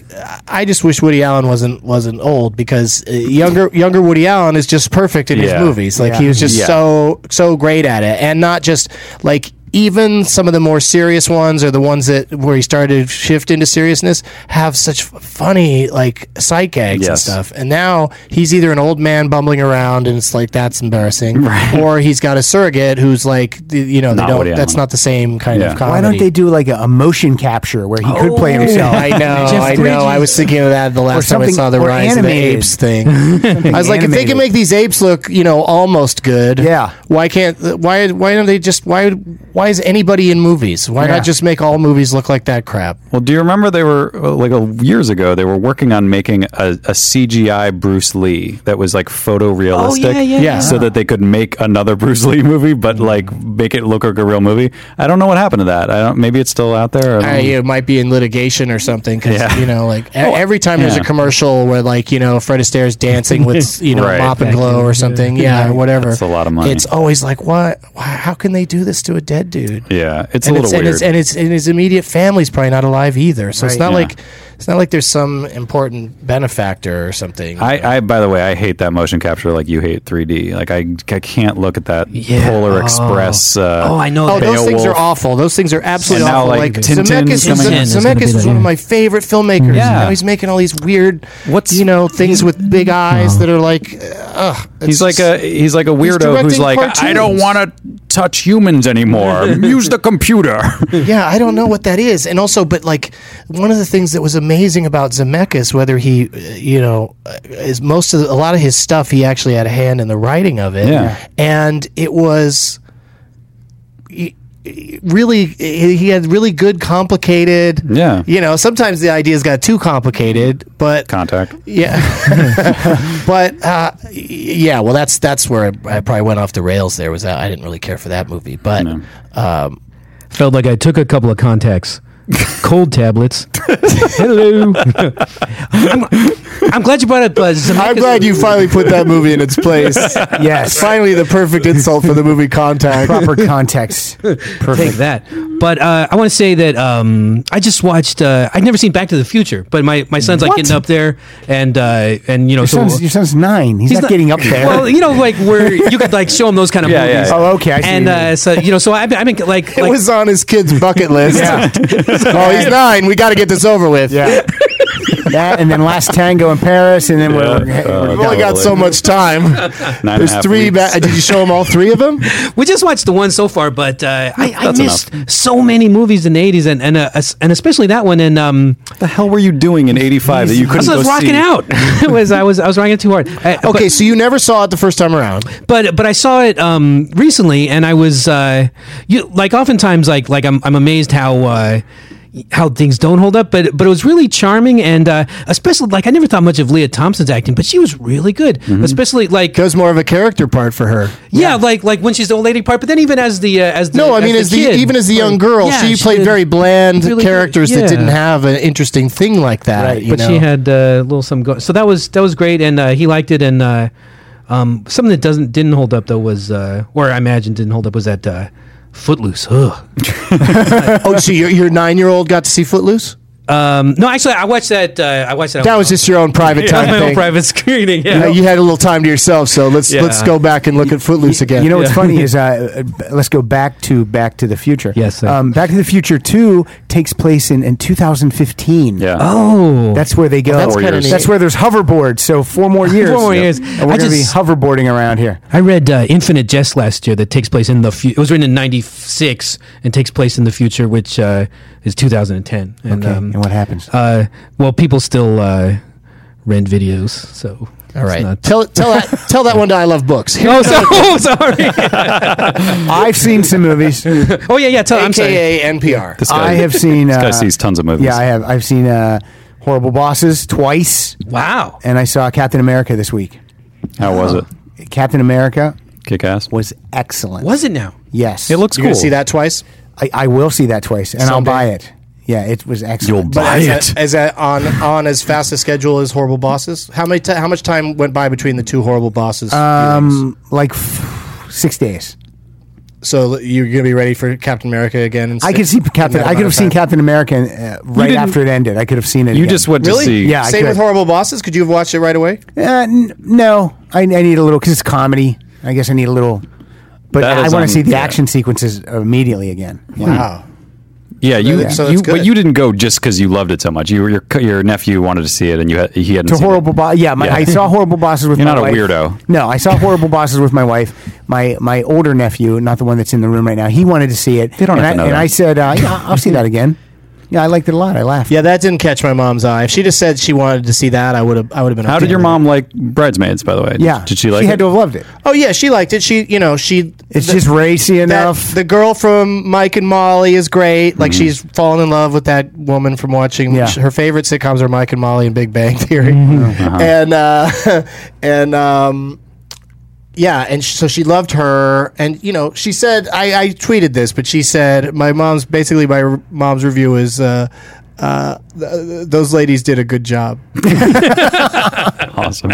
I just wish Woody Allen wasn't wasn't old because uh, younger younger Woody Allen is just perfect in
Yeah.
his movies. Like he
Yeah.
was just
Yeah.
so so great at it, and not just like. Even some of the more serious ones, or the ones that where he started to shift into seriousness, have such f- funny like sight gags and
Yes.
stuff. And now he's either an old man bumbling around, and it's like that's embarrassing, or he's got a surrogate who's like the- you know they
Not
don't.
Woody
That's
Allen.
not the same kind
Yeah.
of comedy.
Why don't they do like a, a motion capture where he could play himself?
I know,
Jeff
I know. I was thinking of that the last time I
something-
saw the
or
Rise of the
animated.
Apes thing. I was like, if they
animated.
can make these apes look, you know, almost good,
Yeah.
Why can't? Why? Why don't they just? Why? Why is anybody in movies? Why
Yeah.
not just make all movies look like that crap?
Well, do you remember they were uh, like uh, years ago? They were working on making a, a CGI Bruce Lee that was like photorealistic.
Oh,
yeah, yeah, Yeah.
So that they could make another Bruce Lee movie, but
Mm-hmm.
like make it look like a real movie. I don't know what happened to that. I don't. Maybe it's still out there. I don't-
I, it might be in litigation or something because
Mm. Yeah.
you know, like e- every time there's a
yeah.
commercial where like you know Fred Astaire's dancing with you know
Right.
mop and glow or something, yeah, or whatever.
That's a lot of money.
It's always like, what? Why, how can they do this to a dead dude?
yeah, it's a
and it's,
little
and
weird.
it's and it's and his immediate family's probably not alive either. So it's
Right.
not
Yeah.
like it's not like there's some important benefactor or something.
I, I, by the way, I hate that motion capture like you hate 3D. Like I, I can't look at that Polar Express. Uh,
Oh, I know.
Oh,
that.
those things are
Beowulf.
awful. Those things are absolutely
And now,
awful.
like,
Like,
Tintin's
Zemeckis,
coming
out.
Zemeckis,
Tintin is gonna be
was
the-
one of my favorite filmmakers.
Yeah.
Now he's making all these weird,
What's-
you know, things with big eyes that are like, uh, ugh. it's
He's like
just-
a he's like a weirdo who's
directing
like I
cartoons.
don't want to touch humans anymore. Use the computer.
yeah, I don't know what that is. And also, but like one of the things that was amazing about Zemeckis, whether he, uh, you know, uh, is most of the, a lot of his stuff, he actually had a hand in the writing of it.
Yeah.
And it was y- y- really, he he had really good, complicated.
Yeah.
You know, sometimes the ideas got too complicated, but
Contact.
yeah, but uh, y- yeah. Well, that's that's where I, I probably went off the rails. There was that I didn't really care for that movie, but um,
Felt like I took a couple of contacts. cold tablets. Hello. I'm, I'm glad you brought up. Uh, Zemeckis.
I'm glad you finally put that movie in its place.
Yes.
Finally, the perfect insult for the movie Contact.
Proper context.
Take that. But uh, I want to say that um, I just watched. Uh, I'd never seen Back to the Future, but my, my son's like
What?
getting up there, and uh, and you know,
Your
so
son's, your son's nine. He's, not, getting up there.
Well, you know, like where you could like show him those kind of
Yeah, yeah,
movies.
yeah.
oh, okay. I see
And
what you
uh, so you know, so I've been, I've been like,
It
like
was on his kid's bucket list. oh, he's nine. We got to get this over with.
Yeah. that and then Last Tango in Paris, and then we're,
We've
Yeah,
only got
totally.
so much time.
Nine and a
There's
half
three.
weeks.
Ba- did you show them all three of them?
we just watched the one so far, but uh, I, I
That's
missed so many movies in the '80s, and and uh, es- and especially that one. And um,
the hell were you doing in '85 that you
I
couldn't
was
go
rocking
see?
out. it was I was I was rocking it too hard. Uh, but-
Okay, so you never saw it the first time around.
but but I saw it um, recently, and I was uh, you like oftentimes like like I'm I'm amazed how. Uh, how things don't hold up, but but it was really charming and uh, especially like I never thought much of Leah Thompson's acting, but she was really good,
Mm-hmm.
especially like
It was more of a character part for her.
yeah, like like when she's the old lady part, but then even as the uh, as the,
No, I mean, as the,
kid.
even as the young girl,
Yeah,
she
she
played
did
very bland
really good.
characters
Yeah.
that didn't have an interesting thing like that. you
but
know?
she had uh, a little something going. So that was that was great, and uh, he liked it. And uh, um, something that doesn't didn't hold up though was, uh, or I imagine didn't hold up was that uh, Footloose. Ugh.
Oh, so your, your nine year old got to see Footloose?
Um, no, actually, I watched that. Uh, I watched that.
That was just your own private
yeah,
time
my own
thing.
private screening.
You,
Yeah.
know, you had a little time to yourself, so let's
Yeah.
let's go back and look at Footloose again.
You know what's funny is uh, uh, let's go back to Back to the Future.
Yes, sir.
um, Back to the Future Two takes place in, in 2015.
Yeah.
oh,
that's where they go.
that's
that's,
kinda
years.
neat.
where there's hoverboards. So four more years.
Four more years.
And we're
I
going to be
just-
hoverboarding around here.
I read uh, Infinite Jest last year that takes place in the. Fu- it was written in '96 and takes place in the future, which uh, is 2010. And, um,
Okay, and what happens?
Uh, well, people still uh, rent videos, so
All right.
Tell tell that tell that one to I love books. Here-
Oh, so, oh, sorry.
I've seen some movies.
Oh yeah, yeah. Tell, I'm sorry.
AKA NPR.
This guy,
I have seen.
This guy
uh,
sees tons of movies.
Yeah, I have. I've seen uh, Horrible Bosses twice,
Wow.
and I saw Captain America this week.
How was it?
Captain America
Kick ass.
was excellent.
Was it now?
Yes,
It looks
You're
cool.
gonna see that twice.
I, I will see that twice, and I'll
Someday.
buy it. Yeah, it was excellent.
You'll
But
buy
I-
Is
it.
that- is that on on as fast a schedule as Horrible Bosses? How many ti how much time went by between the two Horrible Bosses?
Um, like f- six
viewings?
days.
so you're gonna be ready for Captain America again? in
I
six-
could see
in that
Captain. I
amount
could have
of
seen
time?
Captain America uh, right
didn't-
after it ended. I could have seen it.
You
again.
just went
Really?
to see.
Yeah, I
Same
could.
with Horrible Bosses. Could you have watched it right away?
Uh, n- no, I, I need a little because it's comedy. I guess I need a little. But
That
I
is
want
on-
to see the
yeah.
action sequences immediately again.
Hmm.
Wow.
Yeah, you,
Yeah. So
you
that's
but
good.
you didn't go just because you loved it so much. You, your your nephew wanted to see it, and you had, he hadn't
To
seen
horrible
It.
boss. Yeah, my,
Yeah.
I saw horrible bosses with.
You're
my
not a
wife.
weirdo.
No, I saw horrible bosses with my wife. My my older nephew, not the one that's in the room right now. He wanted to see it.
They don't
and I,
have to know
And
that.
I said, uh, yeah, I'll see that again. Yeah, I liked it a lot. I laughed.
Yeah, that didn't catch my mom's eye. If she just said she wanted to see that, I would have. I would have been.
How
okay
did your
with it.
mom like bridesmaids? By the way,
yeah.
did she like?
She
it?
had to have loved it.
Oh yeah, she liked it. She, you know, she.
It's
the-
just racy
that-
enough. Mm-hmm.
The girl from Mike and Molly is great. Like she's fallen in love with that woman from watching.
Yeah. Mm-hmm.
Her favorite sitcoms are Mike and Molly and Big Bang Theory,
Uh-huh.
and uh, and um, yeah, and sh- so she loved her. And you know, she said I, I tweeted this, but she said my mom's basically my r- mom's review is. Uh, uh, th- th- those ladies did a good job.
awesome.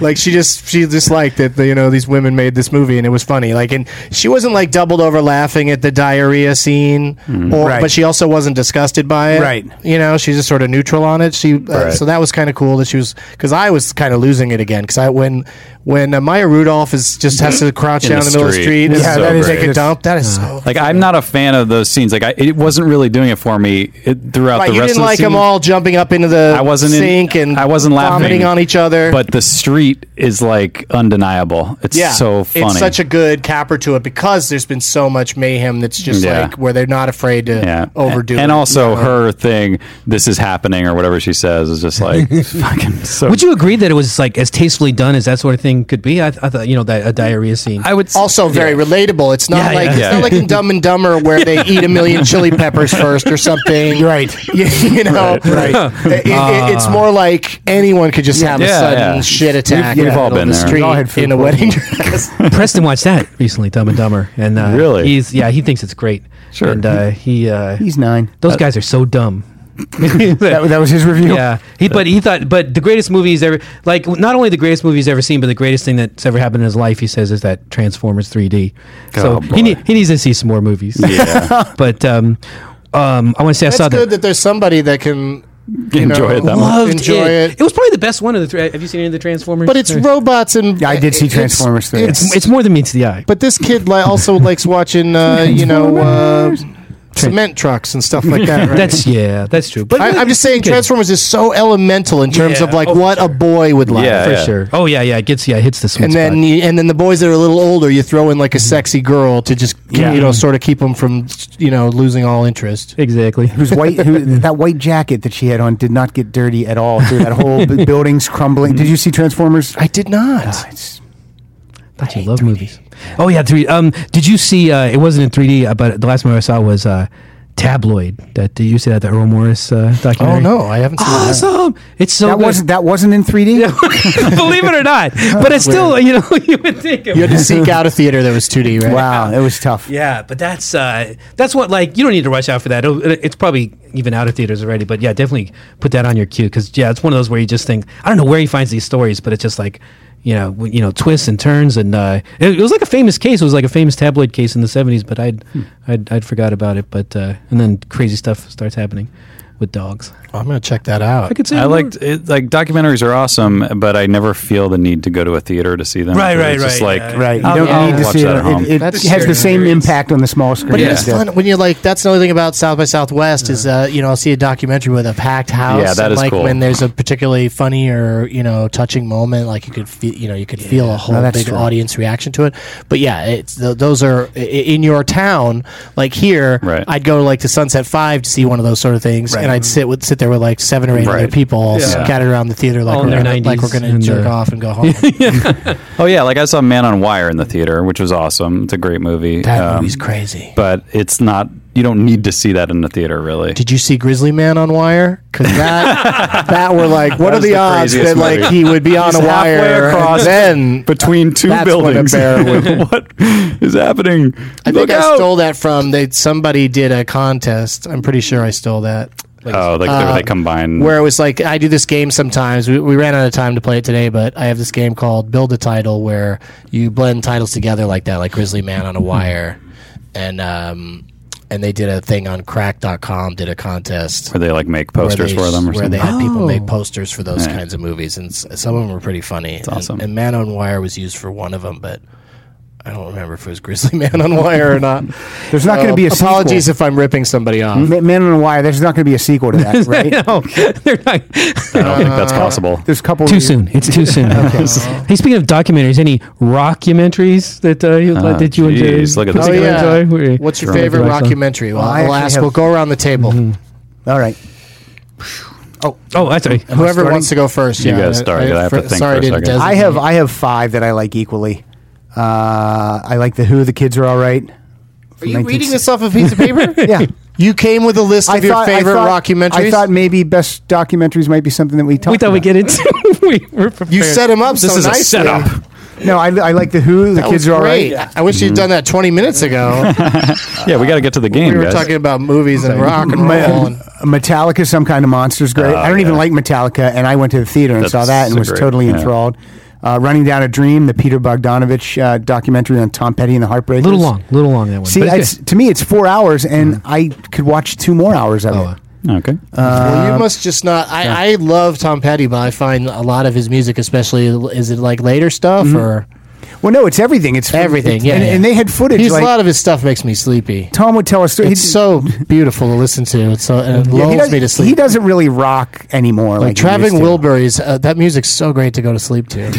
Like she just she just liked that you know these women made this movie and it was funny. Like and she wasn't like doubled over laughing at the diarrhea scene, or,
Mm. Right.
but she also wasn't disgusted by it.
Right.
You know, she's just sort of neutral on it. She uh,
Right.
so that was kind of cool that she was because I was kind of losing it again because I when when uh, Maya Rudolph is just has to crouch
In
down
the
in the middle of the
street.
street and
Yeah, that is
take a
just-
dump. That is so.
Like I'm not a fan of those scenes. Like I, it wasn't really doing it for me it, throughout
Right,
the
you
rest
didn't
of the
like
scene.
them all jumping up into the
I wasn't in-
sink and
I wasn't laughing.
vomiting on each other.
But the street is like undeniable. It's so funny.
It's such a good capper to it because there's been so much mayhem that's just
Yeah.
like where they're not afraid to
yeah.
overdo
And
it.
also her thing, this is happening or whatever she says is just like fucking so
Would you agree that it was like as tastefully done as that sort of thing could be? I, I thought you know that a diarrhea scene.
I would s-
also very relatable. It's not
Yeah,
like
yeah.
it's
Yeah.
not like in Dumb and Dumber where they eat a million chili peppers first or something.
Right.
You, you know, know,
Right.
It- it- it's more like anyone could just have a
Yeah,
sudden
yeah.
shit attack.
We've- we've
in the
all
middle of
been
the
there.
Street
We've all had food
in a wedding dress.
Preston watched that recently, Dumb and Dumber, and uh,
Really?
he's yeah, he thinks it's great.
Sure.
and uh, he uh,
He's nine.
those guys are so dumb.
That, that was his review.
Yeah, he but he thought but the greatest movie he's ever like not only the greatest movie he's ever seen, but the greatest thing that's ever happened in his life. He says is that Transformers 3D. so
Oh, boy.
he need, he needs to see some more movies. Yeah, but um, um, I want to say I saw
That's good
that.
that there's somebody that can you
Enjoy
know,
it that much.
Loved
Enjoy it.
it. was probably the best one of the three. Have you seen any of the Transformers?
But it's
Or-
robots and
Yeah, I did see
it's-
Transformers three.
It's,
it's more than meets the eye.
but this kid li- also likes watching, uh, you know, uh, cement trucks and stuff like that. Right?
that's yeah, that's true. But
I, I'm just saying,
Okay.
Transformers is so elemental in terms
Yeah,
of like
oh, for
what a boy would like.
Yeah,
for
yeah.
sure. Oh yeah, yeah, it gets yeah, it hits the sweet
And then,
spot.
you, and then the boys that are a little older, you throw in like a sexy girl to just
Yeah.
you know sort of keep them from you know losing all interest.
Exactly.
Who's white? Who, that white jacket that she had on did not get dirty at all through that whole b- building's crumbling. Did you see Transformers?
I did not.
It's-
Thought you love movies. Oh yeah, three. Um, did you see? Uh, it wasn't in three D, uh, but the last movie I saw was uh, Tabloid. That did you see that the Earl Morris uh, documentary?
Oh no, I haven't seen
Ah.
that.
Awesome! It's so
that
good.
wasn't that wasn't in 3D.
believe it or not, but it's still you know you would think. It
You had to seek out a theater that was 2D, right?
Wow, it was tough.
yeah, but that's uh, that's what like you don't need to rush out for that. It'll- it- it's probably even out of theaters already. But yeah, definitely put that on your queue because yeah, it's one of those where you just think I don't know where he finds these stories, but it's just like you know w- you know twists and turns and uh, it, it was like a famous case. It was like a famous tabloid case in the seventies, but I'd,
Hmm.
I'd I'd forgot about it. But uh, and then crazy stuff starts happening with dogs.
I'm gonna check that out.
I could say
I
more.
liked it, like documentaries are awesome, but I never feel the need to go to a theater to see them.
Right, right,
It's just
right,
like
yeah.
Right, you
Um,
I'll-
don't
I'll
need to
watch
see
that at home.
it. It, it
That's
has the
shared
same
experience.
impact on the small screen.
But
Yeah.
it's fun when you're like. That's another thing about South by Southwest is uh, you know I'll see a documentary with a packed house.
Yeah, that
and,
is
like
cool.
When there's a particularly funny or you know touching moment, like you could feel you know you could feel a whole
that's
big
true.
audience reaction to it. But yeah, it's th- those are i- in your town. Like here,
Right.
I'd go like to Sunset Five to see one of those sort of things, and I'd sit with sit there with like seven or eight other
Right.
people all scattered around the theater, like
All in
we're
their
gonna, like we're
90s
gonna
and,
jerk
uh,
off and go home.
Oh yeah, like I saw Man on Wire in the theater, which was awesome. It's a great movie.
that
Um,
movie's crazy.
But it's not. You don't need to see that in the theater, really.
Did you see Grizzly Man on wire? Because that that were like, what are
was
the,
the
odds that
craziest
like
movie.
he would be on a
halfway
wire
across
and then?
between two
That's what a
buildings.
bear
what is happening?
I think
Look
I
out!
stole that from they. Somebody did a contest. I'm pretty sure I stole that.
oh, like they- they combine.
Uh, Where it was like, I do this game sometimes. We, we ran out of time to play it today, but I have this game called Build a Title where you blend titles together like that, like Grizzly Man
Hmm.
on a Wire, and um, and they did a thing on Crack.com, did a contest.
where they like make
where
posters
they-
for them or
where
something.
they had people make
Oh.
posters for those kinds of movies, and s- some of them were pretty funny. It's
awesome.
And, Man on Wire was used for one of them, but I don't remember if it was Grizzly Man on Wire or not.
There's not going to
Uh,
be a
apologies
Sequel. Mm-hmm.
if I'm ripping somebody off.
Ma- Man on a Wire. There's not going to be a sequel to that, right?
no, they're not.
I don't think that's possible.
There's a couple.
Too soon. It's too soon. Hey, speaking of documentaries, any rockumentaries that uh, you,
Ah,
did you
geez,
enjoy?
look at this
Oh
guy.
particularly
yeah.
enjoy? Were you-
What's your
Sure.
favorite
Like some-
documentary? Well,
Well, I
I'll
actually
ask.
have- Mm-hmm.
We'll go around the table.
All right.
Oh, that's right.
Whoever
starting?
wants to go first.
You
yeah,
guys start, 'cause I have to
fr-
think
sorry,
for a
didn't
second.
I have
designate.
I have five that I like equally. Uh, I like the Who the Kids Are All Right.
Are you reading this off a piece of paper?
Yeah.
You came with a list of your favorite documentaries.
I thought maybe best documentaries might be something that we talked.
We thought
about.
we'd get into. we were prepared.
you set them up so
This is a
nicely.
setup.
No, I, I like the Who the
That
Kids
was
Are All Right.
great. I wish you'd done that 20 minutes ago.
Yeah, we got to get to the game,
we were
guys.
talking about movies and rock and
Me-
roll. And
Metallica, some kind of monster's great.
Oh,
I don't even
yeah.
like Metallica, and I went to the theater and
That's
saw that and
a
was
great-
totally
yeah.
enthralled. Uh, Running Down a Dream, the Peter Bogdanovich uh, documentary on Tom Petty and the Heartbreakers.
a little long, little long that one.
See,
but it's
it's, to me, it's four hours, and
Mm-hmm.
I could watch two more hours
Oh,
of it.
okay.
Uh,
well, you must just not. I, I love Tom Petty, but I find a lot of his music, especially, is it like later stuff or
Well, no, it's everything. It's
everything?
it's-
yeah,
Mm-hmm. and,
yeah.
and they had footage.
He's,
like,
a lot of his stuff makes me sleepy.
Tom would tell us.
It's so beautiful to listen to. It's so and it
Yeah,
lulls
he, does,
me to sleep.
he doesn't really rock anymore.
Like
Like, he
Travis
used to.
Wilburys, uh, that music's so great to go to sleep to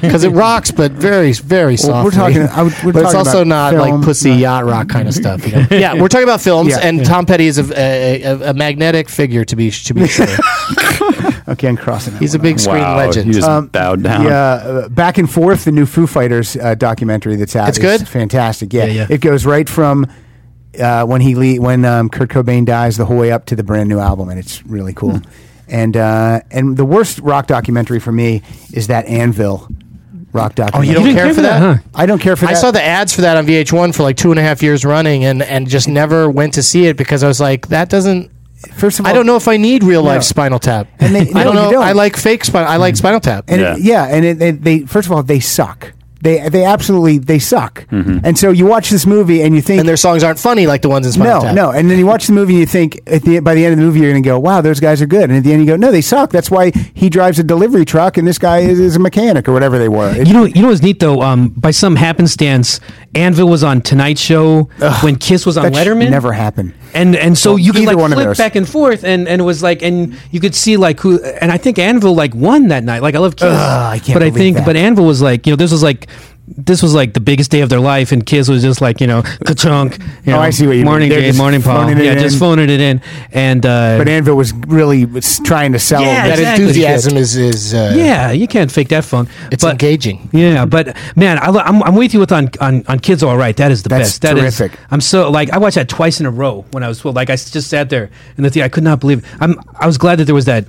because it rocks, but very, very softly.
Well, we're talking- I would- we're
but it's
talking
also
about
not
film,
like pussy
not-
yacht rock kind of stuff. you know? yeah, we're talking about films,
Yeah.
and Tom Petty is a, a, a, a magnetic figure to be to be sure.
Okay, I'm crossing. that
He's a
one off.
big screen Um,
wow,
legend.
You just bowed down.
Yeah, uh, back and forth. The new Foo Fighters uh, documentary that's out.
It's
is
good?
fantastic. Yeah.
Yeah, yeah.
it goes right from uh, when he le- when um, Kurt Cobain dies, the whole way up to the brand new album, and it's really cool.
Hmm.
And uh, and the worst rock documentary for me is that Anvil rock documentary.
Oh, you don't
didn't
care, for that?
huh?
I don't care for that.
I saw the ads for that on VH1 for like two and a half years running, and and just never went to see it because I was like, that doesn't.
First of all,
I don't know if I need real life
No.
Spinal Tap.
And they-
I
no,
don't
you
know.
don't.
I like fake Spinal. I like Spinal Tap.
And
Yeah.
it- yeah, and it, it, they first of all they suck. They they absolutely they suck. And so you watch this movie and you think
Mm-hmm. and their songs aren't funny like the ones in Spinal
no,
Tap.
no. And then you watch the movie and you think at the by the end of the movie you're going to go, wow, those guys are good. And at the end you go, no, they suck. That's why he drives a delivery truck and this guy is, is a mechanic or whatever they were. It-
You know, you know what's neat though. Um, by some happenstance, Anvil was on Tonight Show when Kiss was on
that should
Letterman.
never happened.
and and so you could
either
like
one of
flip
those.
back and forth, and and it was like, and you could see like who, and I think Anvil like won that night. Like I love Kiss,
Ugh, I can't
but I
believe
think
that.
but Anvil was like, you know, this was like. This was like the biggest day of their life, and Kiss was just like you know, ka-chunk. You
Oh,
know,
I see what you mean.
morning
They're
Dave,
just
morning Paul.
phoning it
Yeah, just
in.
phoning it in, and uh,
But Anvil was really was trying to sell.
Yeah,
that.
That
Exactly.
enthusiasm is is uh,
yeah, you can't fake that funk.
It's
but,
engaging.
Yeah, but man, I, am I'm with you with on, on on kids. All right, that is the
That's
best. That is-
terrific.
I'm so like I watched that twice in a row when I was 12. Like I s- just sat there in the theater. I could not believe. I'm I was glad that there was that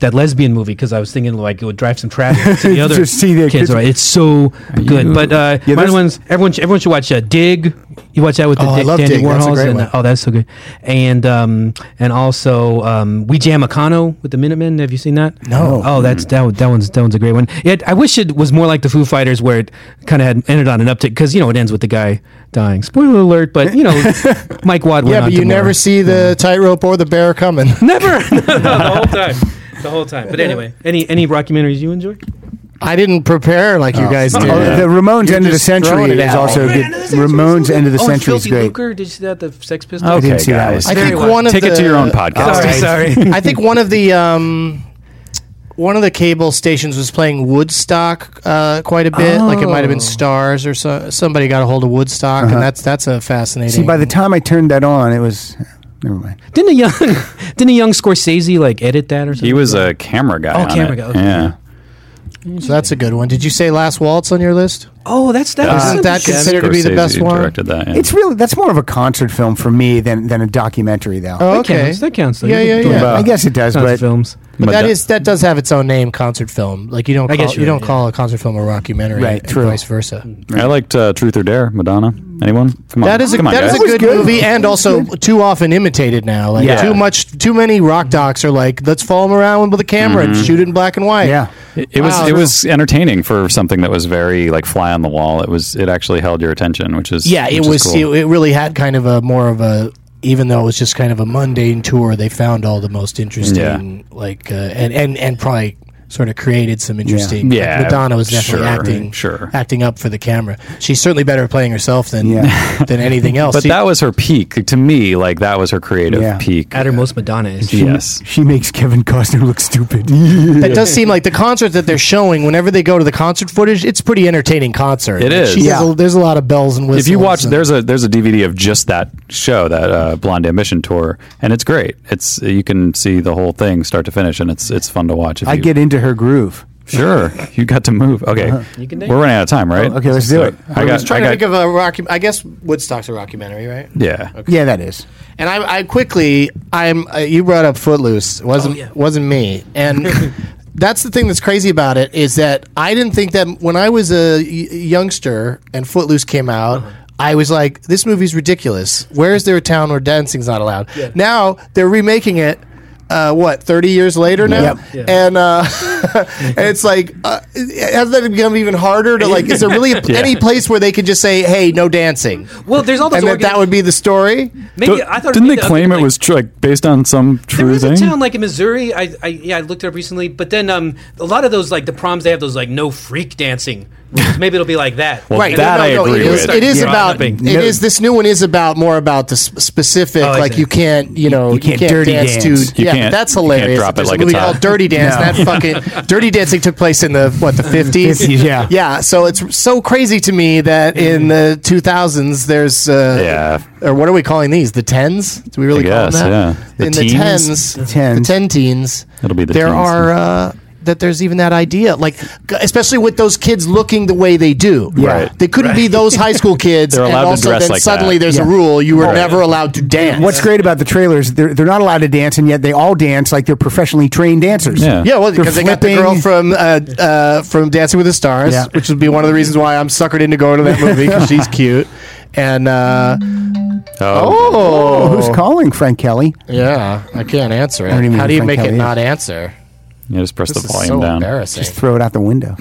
that lesbian movie because I was thinking like it would drive some traffic to the other
Just see the
kids.
kids-
all Right, it's so good. But uh,
Yeah,
my
there's-
ones everyone sh- everyone should watch uh, Dig. You watch that with the
Oh, I
Dick-
love
Dandy
Dig. That's a
Warhols
great
and
one.
oh, that's so good. And um and also um We Jam Econo with the Minutemen. Have you seen that?
No.
Oh, that's that, one- that one's that one's a great one. Yeah, I wish it was more like the Foo Fighters, where it kind of had ended on an uptick because you know it ends with the guy dying. Spoiler alert, but you know, Mike Watt. went
yeah.
on
But
to
you
more.
never see the tightrope or the bear coming.
never no, no, the whole time, the whole time. But anyway, any any documentaries you enjoy?
I didn't prepare like you guys did.
Oh,
Yeah.
the Ramones
You're
end of the
just throwing
century
it
is
out.
also good. Ramones
Oh,
end of the century is great.
Did you see that the Sex Pistols?
I
Okay,
didn't see that
guys.
one.
I think
Very well.
one of
Take
the,
it to your own podcast.
Sorry, sorry.
I think one of the um, one of the cable stations was playing Woodstock uh, quite a bit. Like it might have been Stars or so, somebody got a hold of Woodstock, and that's that's a fascinating.
See, by the time I turned that on, it was never mind.
didn't a young didn't a young Scorsese like edit that or something?
He was a camera guy.
Oh,
on
camera
it.
guy, okay.
Yeah.
so that's a good one. Did you say Last Waltz on your list?
oh, that's that.
Isn't Uh, that
that's-
considered to be the
Scorsese
best one?
Directed that. yeah.
It's really that's more of a concert film for me than than a documentary, though.
Oh,
That
okay.
counts. That counts. though.
Yeah,
You
yeah,
can do
yeah.
it.
I guess it does,
Tons of
but
films.
But that
Mado-
is that does have its own name, concert film. Like you don't
I
call,
guess
you
you're
don't
right,
call a concert film a rockumentary,
Right,
and
true.
vice versa.
I liked uh, Truth or Dare. Madonna. Anyone? Come on.
That is a,
Come on,
that is
guys.
a good, movie, and also too often imitated now. Like
Yeah.
too much, too many rock docs are like, let's follow him around with a camera
Mm-hmm.
and shoot it in black and white.
yeah.
It, it was
Wow.
it was entertaining for something that was very like fly on the wall. It was it actually held your attention, which is
yeah.
which
It
is
was.
cool.
It, it really had kind of a more of a. Even though it was just kind of a mundane tour, they found all the most interesting, like, uh, and and and probably sort of created some interesting. like,
Yeah,
Madonna was definitely
sure,
acting,
sure.
acting up for the camera. She's certainly better at playing herself than
Yeah.
than anything else.
but
She-
that was her peak to me. Like that was her creative
Yeah.
peak.
At her most, Madonna is.
yes.
She makes Kevin Costner look stupid.
It does seem like the concert that they're showing. Whenever they go to the concert footage, it's pretty entertaining concert.
It is.
She does
Yeah.
a- there's a lot of bells and whistles.
if you watch
and-
there's a there's a DVD of just that show that uh, Blonde Ambition tour and it's great. It's you can see the whole thing start to finish and it's it's fun to watch. If
I
you,
get into her groove.
sure you got to move. Okay,
Uh-huh.
can dance.
we're running out of time, right?
Oh, okay, let's do it.
I
I
got.
was trying
I
to
got-
think of a rocu- I guess Woodstock's a documentary, right?
yeah.
Yeah, that is.
And I, I quickly, I'm. Uh, you brought up Footloose. It
Oh,
wasn't wasn't me. And that's the thing that's crazy about it is that I didn't think that when I was a y- youngster and Footloose came out.
Uh-huh.
I was like, this movie's ridiculous. Where is there a town where dancing's not allowed? Now they're remaking it. Uh, what thirty years later now,
Yep.
and uh, and it's like uh, has that become even harder to like? Is there really any place where they could just say, "Hey, no dancing,"
Well, there's all those.
and that that would be the story?
maybe I thought
Didn't they
maybe the-
claim it
like-
was tr- like based on some
There
true
is a
thing?
town like in Missouri. I, I yeah, I looked it up recently. But then um, a lot of those like the proms they have those like no freak dancing. rules. Maybe it'll be like that.
Well,
Right.
that I agree
it is,
with.
It is
Yeah.
about.
Yeah.
It is. This new one is about more about the sp- specific.
I
like
see.
you can't. You know.
Oh, You can't dirty dance.
to.
You
yeah,
can't-
that's
you can't
hilarious.
drop it
There's
like
a
it's
movie
hot.
called Dirty Dance.
No.
That fucking Dirty Dancing took place in the what the fifties.
50s, yeah.
Yeah. So it's so crazy to me that
Mm-hmm.
in the two thousands there's. Uh,
Yeah.
Or what are we calling these? The tens? Do we really
I
call
guess,
them that?
yeah. The
in
teens?
the tens.
tens.
The ten teens.
It'll be the
There
teens,
are. Uh, that there's even that idea. Like, g- especially with those kids looking the way they do.
Right.
They couldn't be those high school kids.
They're allowed
and
to
also
dress
then
like
suddenly
that.
there's a
Yeah.
rule you were never allowed to dance.
What's great about the trailers? They're they're not allowed to dance, and yet they all dance like they're professionally trained dancers.
Yeah.
Yeah, well,
They're
because they got the
flipping.
girl from uh, uh, from Dancing with the Stars,
Yeah.
which would be one of the reasons why I'm suckered into going to that movie because she's cute. And uh,
Oh,
oh,
Oh, who's calling Frank Kelly?
yeah, I can't answer it.
don't even
How
know
do you
Frank
make it
Kelly is.
not answer?
you just press
This
the
is
volume
so
down.
embarrassing.
Throw it out the window.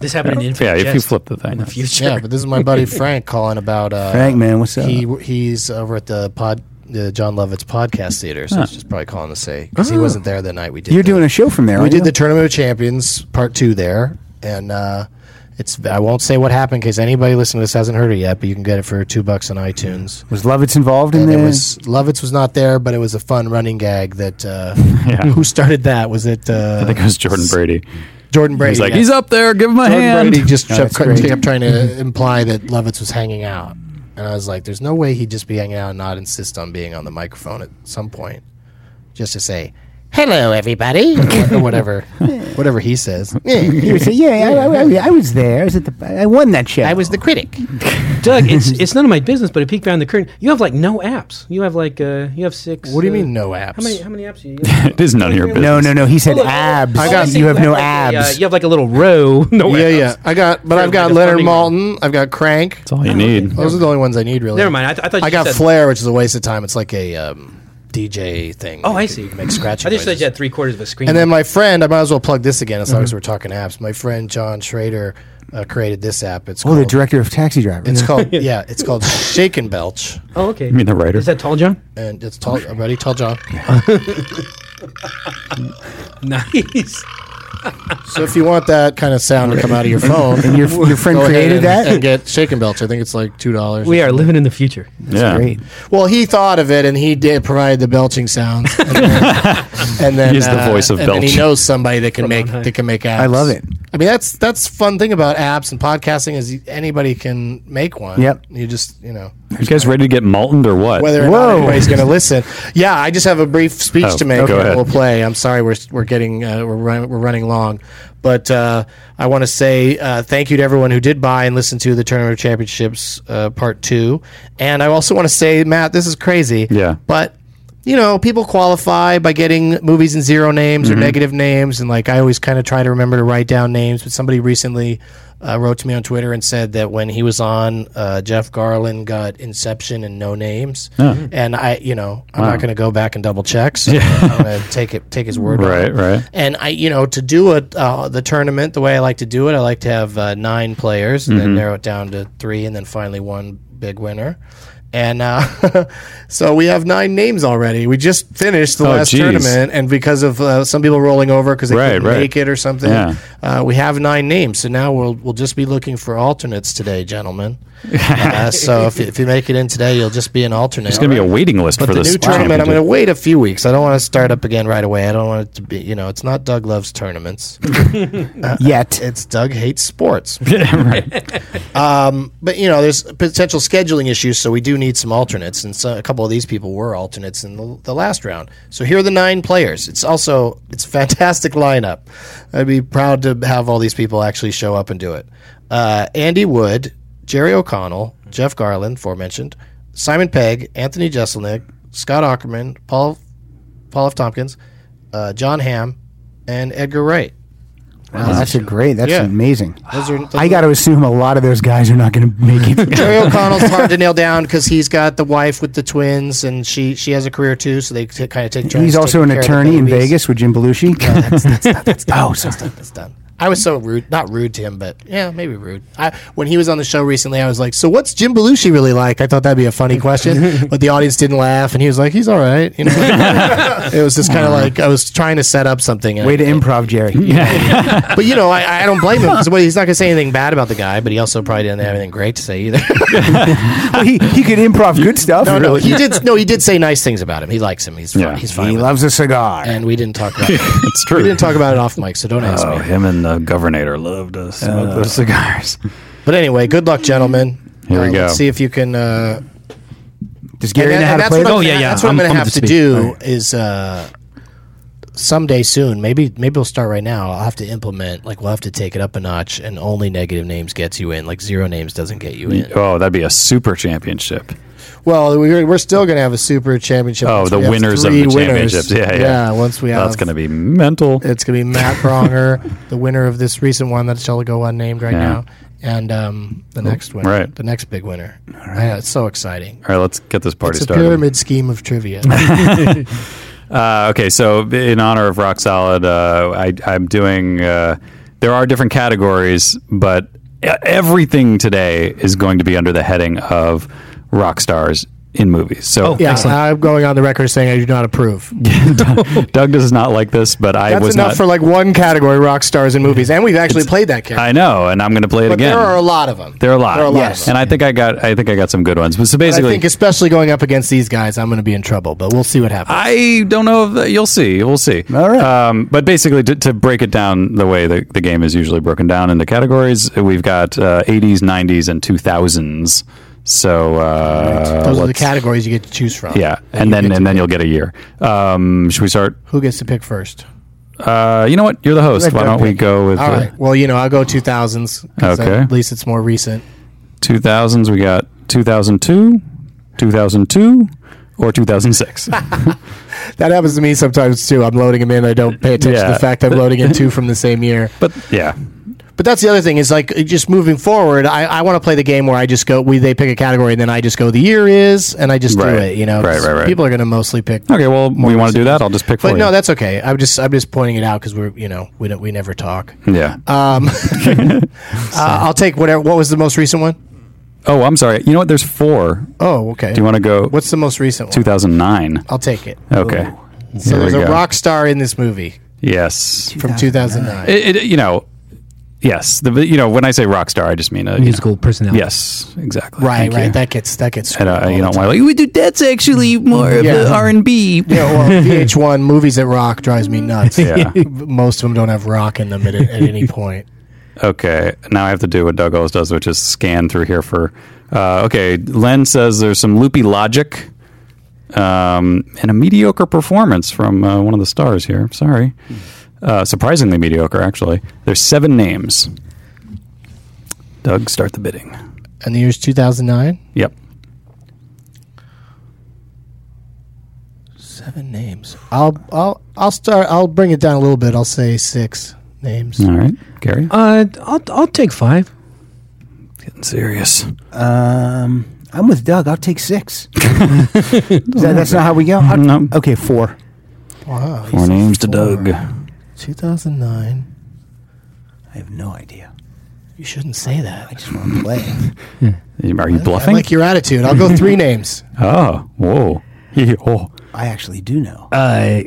This happened in
Yeah,
Infinite
if you
Jest
flip the thing.
in the future.
Yeah, but this is my buddy Frank calling about uh,
Frank, man, what's up?
He he's over at the pod. The John Lovett's podcast theater, so he's just probably calling to say because he wasn't there the night we did.
You're
the-
doing a show from there.
We
aren't
did
you?
the Tournament of Champions part two there, and uh, it's. I won't say what happened in case anybody listening to this hasn't heard it yet, but you can get it for two bucks on iTunes.
Was Lovitz involved in
And it
the-
was Lovitz was not there, but it was a fun running gag that uh,
Yeah.
who started that was it uh,
I think it was Jordan Brady.
Jordan Brady.
He's like,
yeah.
he's up there. Give him a
Jordan
hand.
Brady just kept,
that's great.
kept trying to imply that Lovitz was hanging out, and I was like, "There's no way he'd just be hanging out and not insist on being on the microphone at some point, just to say." Hello, everybody, or whatever, whatever he says.
He would say, "Yeah, I, I- I- I was there. I was at the. I won that show.
I was the critic.
Doug, it's it's none of my business, but it peeked behind the curtain. You have like no apps. You have like uh, you have six.
What do you
uh,
mean no apps?
How many how many apps do you? have?
It is none of your business.
No, no, no. He
Oh,
said
Look,
abs.
all see,
you have no
like a, uh,
abs.
you have like a little row. No
yeah,
apps.
yeah. I got, but
They're
I've got
like a
Leonard
funding
Malton. I've got Crank.
That's all you need.
Those are the only ones I need, really.
Never mind. I, th- I thought you
I got
said,
Flair, which is a waste of time. It's like a um, DJ thing.
Oh,
You
I
can
see.
Make scratch.
I just said you had three quarters of a screen.
And
Mm-hmm.
then my friend, I might as well plug this again as long as we're talking apps. My friend John Schrader uh, created this app. It's
oh, the
called.
director of Taxi Driver.
it's called yeah. It's called Shake and Belch,
oh, okay. You
mean the writer?
Is that Tall John?
and it's tall. I'm ready, tall John.
Nice.
So if you want that kind of sound to come out of your phone,
and your your friend
go ahead
created
and,
that.
and get Shake and Belch. I think it's like two dollars.
We are living in the future.
Yeah.
Great.
Well, he thought of it, and he did provide the belching sounds, and then, and then, uh,
He's the voice of
and then he
belch.
knows somebody that can make that can make apps.
I love it.
I mean, that's that's fun thing about apps and podcasting is anybody can make one.
Yep.
You just you know
You guys ready to get malted or what?
whether or
Whoa.
not anybody's going to listen. Yeah, I just have a brief speech
Oh,
to make.
okay. Go
and
ahead.
We'll play. I'm sorry, we're we're getting uh, we're run, we're running long, but uh, I want to say uh, thank you to everyone who did buy and listen to the Tournament of Championships uh, Part Two, and I also want to say, Matt, this is crazy.
Yeah.
but. You know, people qualify by getting movies in zero names or negative names, and like I always kind of try to remember to write down names. But somebody recently uh, wrote to me on Twitter and said that when he was on, uh, Jeff Garland got Inception and No Names, and I, you know, I'm not going to go back and double check. So I'm going to take it, take his word. on
Right,
it.
right.
And I, you know, to do it, uh, the tournament the way I like to do it, I like to have uh, nine players, and then
Mm-hmm.
narrow it down to three, and then finally one big winner. And uh, so we have nine names already. We just finished the
Oh,
last
geez.
tournament, and because of uh, some people rolling over because they
Right,
couldn't
right.
make it or something,
Yeah.
uh, we have nine names. So now we'll we'll just be looking for alternates today, gentlemen. uh, so if, you- if you make it in today, you'll just be an alternate.
There's going to be a waiting list
But
for
the
this
new tournament, I'm going to
championship.
wait a few weeks. I don't want to start up again right away. I don't want it to be, you know, it's not Doug loves tournaments. Uh,
Yet.
it's Doug hates sports. Um, but you know, there's potential scheduling issues, so we do need some alternates, and so a couple of these people were alternates in the, the last round. So here are the nine players. It's also it's a fantastic lineup. I'd be proud to have all these people actually show up and do it. Uh, Andy Wood, Jerry O'Connell, Jeff Garland, aforementioned, Simon Pegg, Anthony Jeselnik, Scott Ackerman, Paul Paul F. Tompkins, uh, John Hamm, and Edgar Wright.
Wow, that's a great. That's
Yeah.
amazing.
Those are, those
Ah, I got to assume a lot of those guys are not going to make it.
Jerry O'Connell's hard to nail down because he's got the wife with the twins, and she she has a career too. So they t- kind of take. turns
He's also an
taking care of the
attorney in
babies.
Vegas with Jim Belushi. oh, sorry.
It's done. I was so rude, not rude to him, but yeah, maybe rude. I, when he was on the show recently, I was like, "So what's Jim Belushi really like?" I thought that'd be a funny question, but the audience didn't laugh, and he was like, "He's all right." You know, it was just kind of like I was trying to set up something. and
Way to improv, Jerry.
but you know, I, I don't blame him because he's not going to say anything bad about the guy, but he also probably didn't have anything great to say either.
Well, he he could improv good stuff.
no, no, he did. No, he did say nice things about him. He likes him. He's fine.
Yeah.
He's fine.
He
with
loves a cigar.
and we didn't talk about it.
It's true.
we didn't talk about it off mic, so don't ask
Oh,
me.
him and the governor loved to
Uh,
smoke those cigars.
But anyway, good luck, gentlemen.
Here we
Uh,
go.
let's see if you can. Uh,
Does Gary
and- and
know how to
that's
play?
what Oh, I'm
Oh,
those?
gonna-
yeah, yeah.
That's what I'm,
I'm-
going
I'm
to have
up
to
to speed.
do is uh,
someday soon. Maybe maybe we'll start right now. I'll have to implement like we'll have to take it up a notch, and only negative names gets you in. Like zero names doesn't get you in.
Oh, that'd be a super championship.
Well, we're, we're still going to have a super championship.
Oh,
once
the
we have
winners of
three
the
winners.
championships. Yeah, yeah.
Once we have
That's going to be mental.
It's going to be Matt Bronger, the winner of this recent one that shall go unnamed right
Yeah.
now, and um, the next winner,
right.
the next big winner. Yeah, it's so exciting.
All right, let's get this party
It's a
started.
pyramid scheme of trivia.
Uh, okay, so in honor of Rock Solid, uh, I, I'm doing. Uh, there are different categories, but e- everything today is going to be under the heading of rock stars in movies. So
yeah, I'm going on the record saying I do not approve.
Doug does not like this, but I
That's
was
enough
not.
for like one category: rock stars and movies, and we've actually played that character.
I know, and I'm going to play it
But
again.
there are a lot of them.
There are a lot.
There are a lot of
yes.
them.
And I think I got. I think I got some good ones. But
I
so basically,
think, especially going up against these guys, I'm going to be in trouble. But we'll see what happens.
I don't know if that, you'll see. We'll see.
All right.
Um, but basically, to, to break it down the way the, the game is usually broken down into categories, we've got uh, 80s, 90s, and 2000s. So uh,
Those are the
let's-
categories you get to choose from.
Yeah,
That
and
you
then
get to
and then
pick.
you'll get a year. Um, should we start?
who gets to pick first?
Uh, you know what? You're the host.
Let
Why
Doug
don't we
pick.
go with
All
uh,
right. Well, you know, I'll go 2000s. 'cause
Okay.
At least it's more recent.
2000s? We got 2002, 2002, or 2006.
That happens to me sometimes too. I'm loading them in. I don't pay attention to
Yeah.
the fact that I'm loading in two from the same year.
but yeah,
But that's the other thing is like just moving forward. I, I want to play the game where I just go. We they pick a category and then I just go. The year is and I just
Right.
do it. You know,
Right,
'cause
right, right.
People are going to mostly pick.
okay. Well, we want to do
recent
that.
ones.
I'll just pick for
But
you.
no, that's okay. I'm just I'm just pointing it out because we're you know we don't we never talk.
yeah.
Um, uh, I'll take whatever. What was the most recent one?
oh, I'm sorry. You know what? There's four.
Oh, okay.
Do you want to go?
What's the most recent one?
2009?
I'll take it.
Okay.
So
Here
there's
we
a
go.
rock star in this movie
Yes.
from 2009.
It, it, you know, yes. The you know when I say rock star, I just mean a you know-
Musical personality.
yes, exactly.
Right,
Thank
right.
you.
That gets that gets. screwed
and uh,
all
you
the
know,
time. Mm-hmm.
why like we do that's actually more of
Yeah.
the R and B.
Yeah, well, VH1 movies that rock drives me nuts.
Yeah.
Most of them don't have rock in them at, at any point.
Okay, now I have to do what Doug always does, which is scan through here for. Uh, okay, Len says there's some loopy logic, um, and a mediocre performance from uh, one of the stars here. Sorry, uh, surprisingly mediocre actually. There's seven names. Doug, start the bidding.
And the year's 2009.
Yep.
Seven names. I'll I'll I'll start. I'll bring it down a little bit. I'll say six names.
All right, Gary.
Uh, I'll I'll take five.
Getting serious.
Um, I'm with Doug. I'll take six. Is that, that's not how we go. I'll-
No.
Okay, four.
Wow. he
Four
said
names to
four.
Doug.
2009.
I have no idea.
You shouldn't say that.
I just want to play.
Are you
I
bluffing?
like your attitude. I'll go three names.
oh, whoa. oh,
I actually do know.
Uh,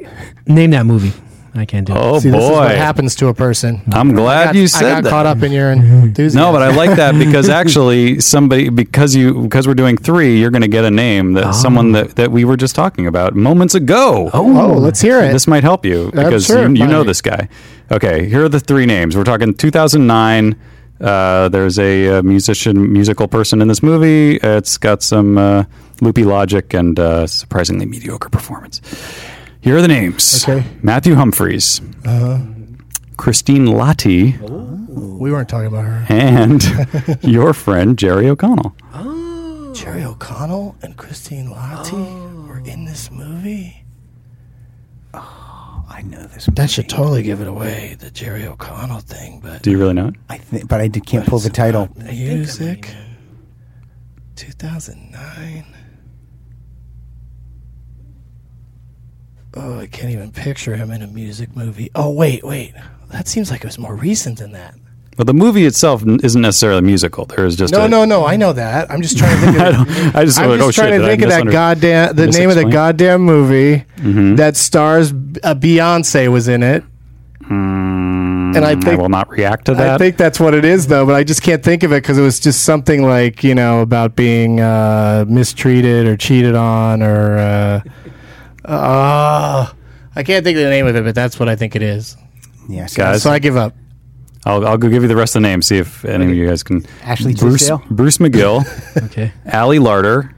name that movie. I can't do it.
oh
See,
boy.
this is what happens to a person.
I'm glad
got-
you
I
said
got
that.
caught up in your enthusiasm.
No, but I like that because actually somebody because you because we're doing three, you're going to get a name that someone that, that we were just talking about moments ago.
Oh, let's hear it.
This might help you
I'm
because
sure
you,
it
you know
might.
this guy. Okay, here are the three names. We're talking 2009. Uh, there's a, uh musician, musical person in this movie. Uh, It's got some uh, loopy logic and uh, surprisingly mediocre performance. Here are the names:
Okay. Uh-huh.
Matthew Humphreys, Christine Lottie,
we weren't talking about her.
and your friend Jerry O'Connell.
Jerry O'Connell and Christine Lottie were in this movie.
I know this.
That should totally give it away, the Jerry O'Connell thing, but
Do you really know it?
I think, but I did, can't pull the title.
music. 2009. Oh, I can't even picture him in a music movie. Oh, wait, wait. That seems like it was more recent than that.
Well, the movie itself n- isn't necessarily musical. There is just
No,
a,
no, no. I know that. I'm just trying to think of
I, don't, I just,
I'm
like,
just
oh,
trying to
shit, did I
think of that
misunder-
goddamn the name of the
misexplain?
goddamn movie
Mm-hmm.
that stars uh, Beyonce was in it. and I
Mm, I
think
will not react to that.
I think that's what it is though, but I just can't think of it because it was just something like you know about being uh, mistreated or cheated on or. Uh, uh, I can't think of the name of it, but that's what I think it is.
Yes,
Guys.
So I give up.
I'll, I'll go give you the rest of the names. See if any of you guys can.
Ashley
Bruce
Tisdale?
Bruce McGill,
Okay.
Allie Larder,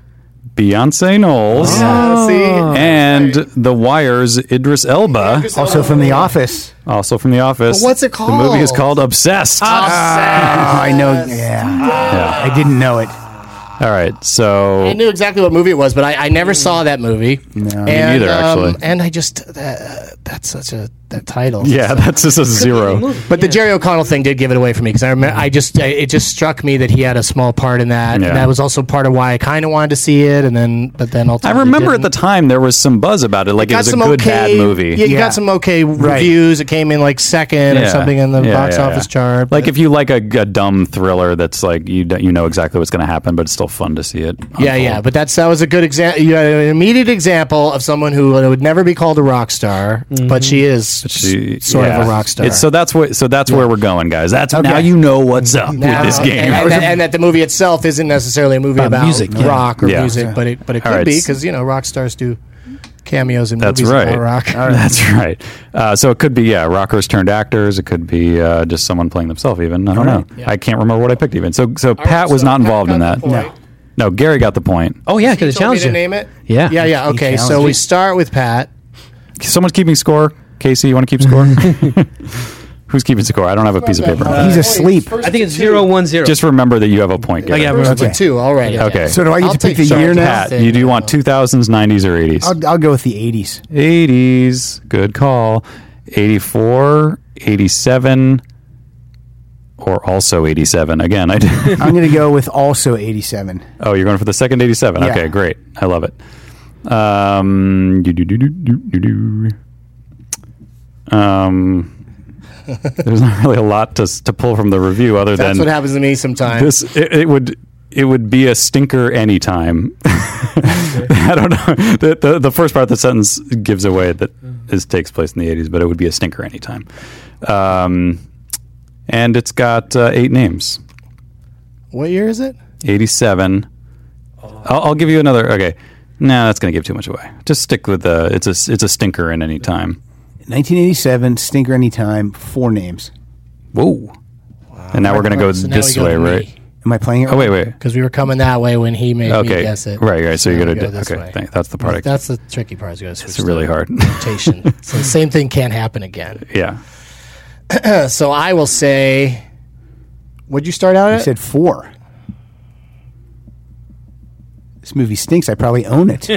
Beyonce Knowles.
Ah,
Oh. And The Wire's Idris Elba.
Also from The Office.
Also from The Office.
But what's it
The movie is
called? Ah.
called Obsessed.
Oh, I know. Yeah.
Yeah.
I didn't know it.
All right. So
I knew exactly what movie it was, but I, I never saw that movie.
No.
Me and,
neither,
um,
actually.
and I just uh, that's such a that title.
yeah, that's just a zero.
But the Jerry O'Connell thing did give it away for me because I remember I just I, it just struck me that he had a small part in that.
Yeah.
And that was also part of why I kind of wanted to see it, and then but then
I
ultimately
remember at
didn't.
the time there was some buzz about it, like it,
got
was a
some
good
okay,
bad movie.
Yeah, you
Yeah.
got some okay reviews. It came in like second or
Yeah.
something in the
Yeah,
box
yeah,
office
yeah.
chart.
Like if you like a, a dumb thriller that's like you don't- you know exactly what's going to happen, but it's still fun to see it.
Yeah,
unfold.
yeah, but that's that was a good example. You had an immediate example of someone who would never be called a rock star, but she is
Mm-hmm. She-
s- sort
yeah.
of a rock star.
It's- so that's what. So that's where we're going, guys. That's now you know what's up
Now-
with this game.
and, and that- and that the movie itself isn't necessarily a movie about,
music, yeah.
rock or
Yeah.
music, but it but it
All
could
right,
be
s-
because you know rock stars do cameos in
That's
movies
right.
about rock.
That's right. Uh, so it could be yeah, rockers turned actors. It could be uh, just someone playing themselves. Even I don't know. I can't remember what I picked. Even so, so Pat was
so
not
Pat
involved in
got
that.
the point.
No, Gary got the point.
Oh yeah,
Told
because it
me
challenged
to
you.
name it.
Yeah.
yeah, yeah. Okay, so
challenged
we
you.
start with Pat.
Someone's keeping score. Casey, you want to keep score? Who's keeping score? I don't have a piece of paper.
He's asleep.
I think it's zero one zero.
Just remember that you have a point. Gary.
yeah,
First
okay.
with two. All right.
Okay.
So do I get
I'll
to pick
take
the
some.
year now?
Pat, you do you want 2000s, 90s, or 80s?
I'll, I'll go with the 80s.
80s. Good call. 84, 87, or also 87. Again, I did.
I'm going to go with also 87.
Oh, you're going for the second 87.
Yeah.
Okay, great. I love it. Um, do, do, do, do, do, do, do. um there's not really a lot to, s- to pull from the review other
That's
than
what happens to me sometimes.
this it, it would it would be a stinker anytime. I don't know. The, the the first part of the sentence gives away that this takes place in the 80s, but it would be a stinker anytime. Um, and it's got uh, eight names.
what year is it?
87. I'll, I'll give you another. Okay. No, that's going to give too much away. Just stick with the. It's a it's a stinker in any time.
1987, Stinker Anytime, four names.
Whoa. and now we're going to go
So now
this
we go
way,
to me.
right?
Am I playing it
Oh wait, wait.
Because we were coming that way when he made me
Okay.
guess it.
Right, right. So
Now
you're
we
going to
go this
okay.
way.
thank- that's the product.
That's the tricky part. Is you gotta switch
it's really hard.
rotation. so the same thing can't happen again.
yeah.
So I will say, would you start out
I
at?
said four. This movie stinks. I probably own it.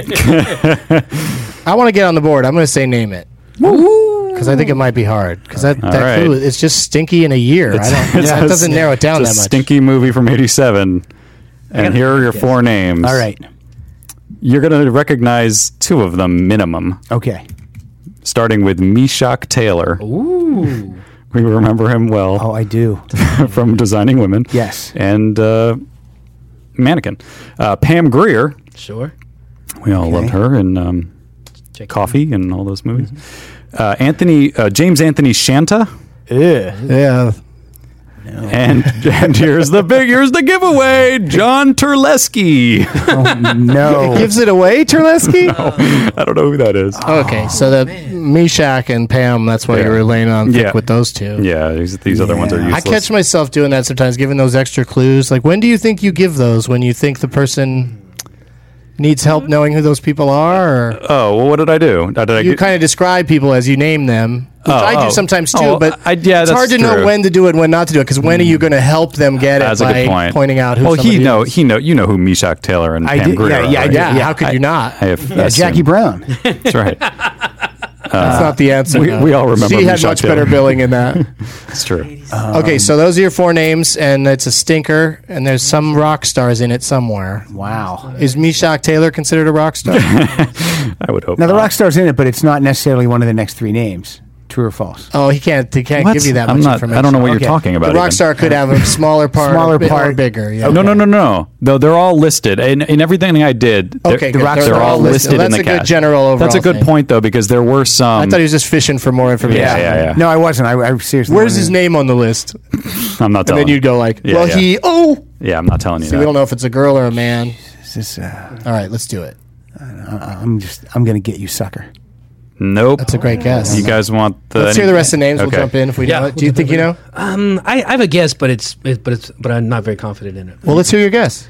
I want to get on the board. I'm going to say name it. Because I think it might be hard. Because that, that
right.
clue, it's just stinky in a year. I don't,
It's
that
a-
doesn't narrow it down
it's
that
a
much.
Stinky movie from '87. And here are your four names.
All right.
You're going to recognize two of them minimum,
Okay.
starting with Meshock Taylor. Ooh. We remember him well.
Oh, I do.
from Designing Women.
Yes.
And uh, Mannequin. Uh, Pam Greer.
sure.
We all loved her in um, Coffee and all those movies.
Mm-hmm.
Uh, Anthony uh, James Anthony Shanta.
Yeah. Oh.
And, and here's the big here's the giveaway. John Turleski.
No.
Gives it away, Terleski?
I don't know who that is.
Okay, so the Meshack and Pam, that's why
Yeah.
you were laying on thick
Yeah.
with those two.
Yeah, these, these other ones are
Yeah.
useless.
I catch myself doing that sometimes, giving those extra clues. Like, when do you think you give those? When you think the person needs help knowing who those people are? Or
oh, well, what did I do? Uh, Did I
you
get-
kind of describe people as you name them. Which
Oh,
I
oh.
do sometimes too,
Oh,
but
I- yeah,
it's
that's
hard to know
true. Hmm.
when to do it, and when not to do it. Because when are you going to help them get
that's
it
a
by
good point.
pointing out who?
Well, he
somebody
know
is?
he know you know who Meshock Taylor and
I
Pam
did-
Greer.
yeah,
are,
yeah, I
right?
did.
Yeah, how could you not?
I have,
Yeah, Jackie Brown.
That's right.
That's not the answer.
uh, we-
though.
we all remember
She had
Meshack
much
Taylor.
better billing in that.
That's true. Um,
okay, so those are your four names, and it's a stinker, and there's some rock stars in it somewhere.
Wow.
Is Meshack Taylor considered a rock star?
I would hope.
Now, the
not.
rock star's in it, but it's not necessarily one of the next three names. True or false?
oh, he can't. He can't
What?
give you that
I'm
much
not-
information.
I don't know what
Okay.
you're talking about.
The rock
even.
star could have a smaller part,
Smaller
or bi- or
part.
bigger. Yeah.
No, no, no, no, no. Though they're all listed, and in everything I did, they're-
Okay,
the
good.
rock
They're-
they're,
they're
all
all listed.
listed in
That's
the
a good
cast.
general
That's a
overall
good
thing.
point though, because there were some.
I thought he was just fishing for more information.
yeah, yeah, yeah.
No, I wasn't. I, I seriously.
Where's
wasn't.
his name on the list?
I'm not
And
telling.
then you'd go like,
Yeah,
"Well,
yeah.
he oh."
yeah, I'm not telling you.
See,
that.
we don't know if it's a girl or a man.
This is, uh,
All right, let's do it.
I'm just. I'm gonna get you, sucker.
Nope.
That's a great guess.
You guys want the?
let's hear the rest of the names.
Okay.
We'll jump in if we
Yeah.
know it. Do you think you know?
Um, I, I have a guess, but it's it, but it's but I'm not very confident in it.
Well, let's hear your guess.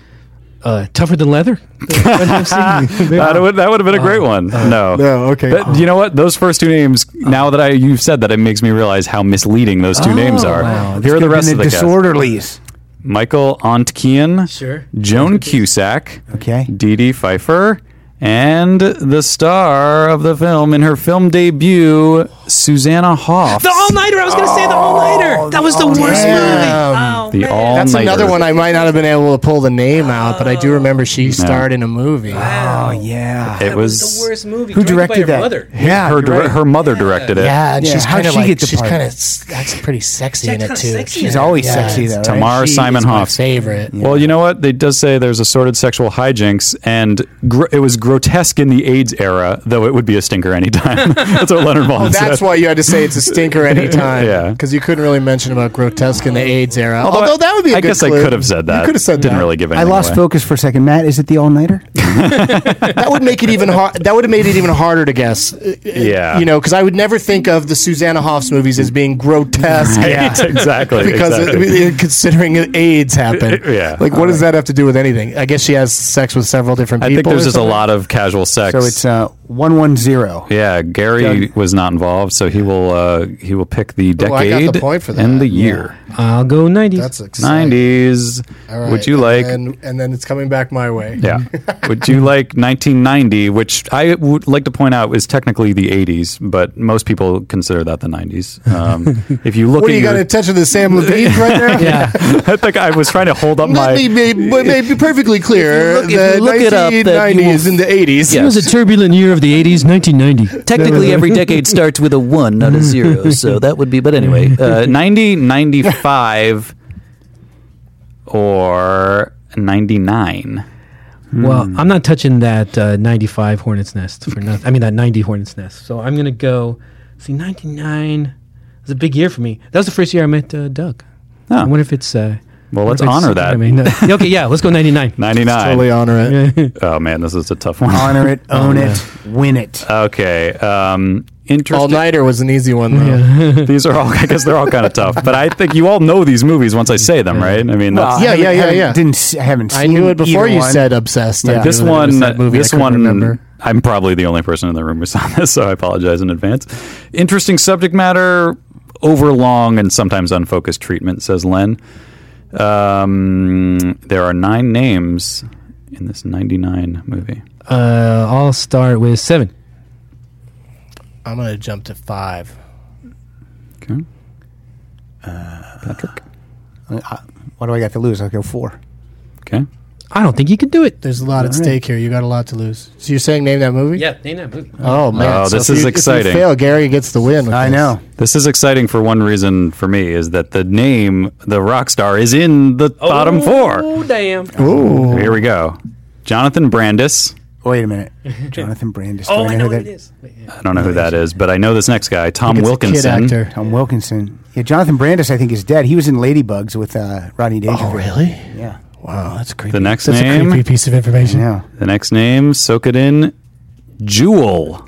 uh, tougher than leather.
that, would, that would have been a great one. no.
no, okay.
But you know what? Those first two names, now that I you've said that, it makes me realize how misleading those two names
Oh,
are. Here are the rest of the cast.
disorderlies.
Michael Ontkian,
Sure.
Joan Cusack,
Okay.
Dee Dee Pfeiffer, and the star of the film in her film debut, Susanna Hoff.
The All Nighter. I was
Oh.
going to say The All Nighter. Oh, That was the worst movie. Oh,
The
man.
All
That's
Nighter.
another one I might not have been able to pull the name out, but I do remember she starred in a movie.
Oh yeah.
It
was,
was
the worst movie.
Who
by
directed
her
that?
Mother.
Yeah.
her
you're
dir-
right.
her mother directed it.
Yeah, and
Yeah,
she's
how'd
kind of
she
like
get the
she's
part?
kind of that's pretty sexy
Yeah,
in it
kinda
too.
sexy
She's always
Yeah,
sexy though.
it's
Right?
Tamara
She-
Simon
my
Hoff.
favorite.
Well, you know what? They does say there's a sort of sexual hijinks, and gr- it was grotesque in the AIDS era, though it would be a stinker anytime. that's what Leonard Maltin said.
That's why you had to say it's a stinker anytime.
Yeah.
because you couldn't really mention about grotesque in the AIDS era.
Although
Although,
I-
that would be. I
I guess I could have said that.
You could have said
Didn't
that.
really give
I
anything
lost
away.
focus for a second. Matt, is it the all nighter?
That would make it even hard. That would have made it even harder to guess. Uh, uh,
Yeah.
you know, because I would never think of the Susanna Hoffs movies as being grotesque.
exactly.
Because
exactly.
it- it- considering AIDS happened,
Yeah.
Like, what does that have to do with anything? I guess she has sex with several different
I
people.
think
or
there's just a
something.
lot of casual sex.
So it's uh, one one zero.
yeah, Gary was not involved, so he will uh, he will pick the
Well, I
decade
got the point for
and
that.
the year.
I'll go 90s.
That's exciting.
Nineties.
All right,
Would you
and
like?
then- and then it's coming back my way.
yeah. Would you like 1990, which I would like to point out is technically the 80s, but most people consider that the 90s. Um, if you look
What
at
are you
your,
got to touch with the Sam Levine right there?
yeah.
I think I was trying to hold up
Let me
my.
be, be perfectly clear.
If you look- if you look it up,
the
that you
1990s and the 80s.
It was a turbulent year of the 80s, 1990.
Technically, every decade starts with a one, not a zero. So that would be. But anyway, uh,
Uh, 90, 95, or 99.
Well, I'm not touching that uh, 95 Hornet's Nest for nothing. I mean, that 90 Hornet's Nest. So I'm going to go, see, 99 was a big year for me. That was the first year I met uh, Doug.
Oh.
I wonder if it's. Uh,
Well,
I wonder
let's
if it's-
honor that.
I mean, uh, okay, yeah, let's go 99.
99.
totally honor it.
oh, man, this is a tough one.
Honor it, own it, win it.
Okay. Um,
All
interesting.
nighter was an easy one though.
These are all, I guess they're all kind of tough, but I think you all know these movies once I say them, right? I mean, that's,
yeah,
I Uh, haven't-
yeah, yeah,
haven't-
yeah.
Didn't s- I haven't.
I
seen
knew it before
either
you
one.
said obsessed. I
Yeah.
knew
this
that it was
one,
that movie. I
this
couldn't
one,
remember.
I'm probably the only person in the room who saw this, so I apologize in advance. Interesting subject matter, overlong and sometimes unfocused treatment, says Len. Um, there are nine names in this 99 movie.
Uh, I'll start with seven.
I'm gonna jump to five.
Okay.
Uh,
Patrick.
What do I got to lose? I'll go four.
Okay.
I don't think you can do it.
There's a lot at stake here. You got a lot to lose. So you're saying name that movie?
Yeah, name that movie.
Oh man,
Oh,
So
this
if
is
you- If
exciting.
you fail, Gary gets the win. with
I
this.
know.
This is exciting for one reason for me is that the name, the rock star, is in the bottom four.
Oh, damn.
Here we go. Jonathan Brandis.
Wait a minute, Jonathan Brandis. Do
oh, I know
who
what
that-
it is.
I don't know who that is, but I know this next guy, Tom
It's a
Wilkinson.
Kid actor.
Tom Wilkinson. Yeah, Jonathan Brandis. I think is dead. He was in Ladybugs with uh, Rodney Dangerfield.
Oh really?
Yeah.
Wow, that's creepy.
The next
that's a
name?
creepy piece of information.
Yeah.
The next name, soak it in, Jewel.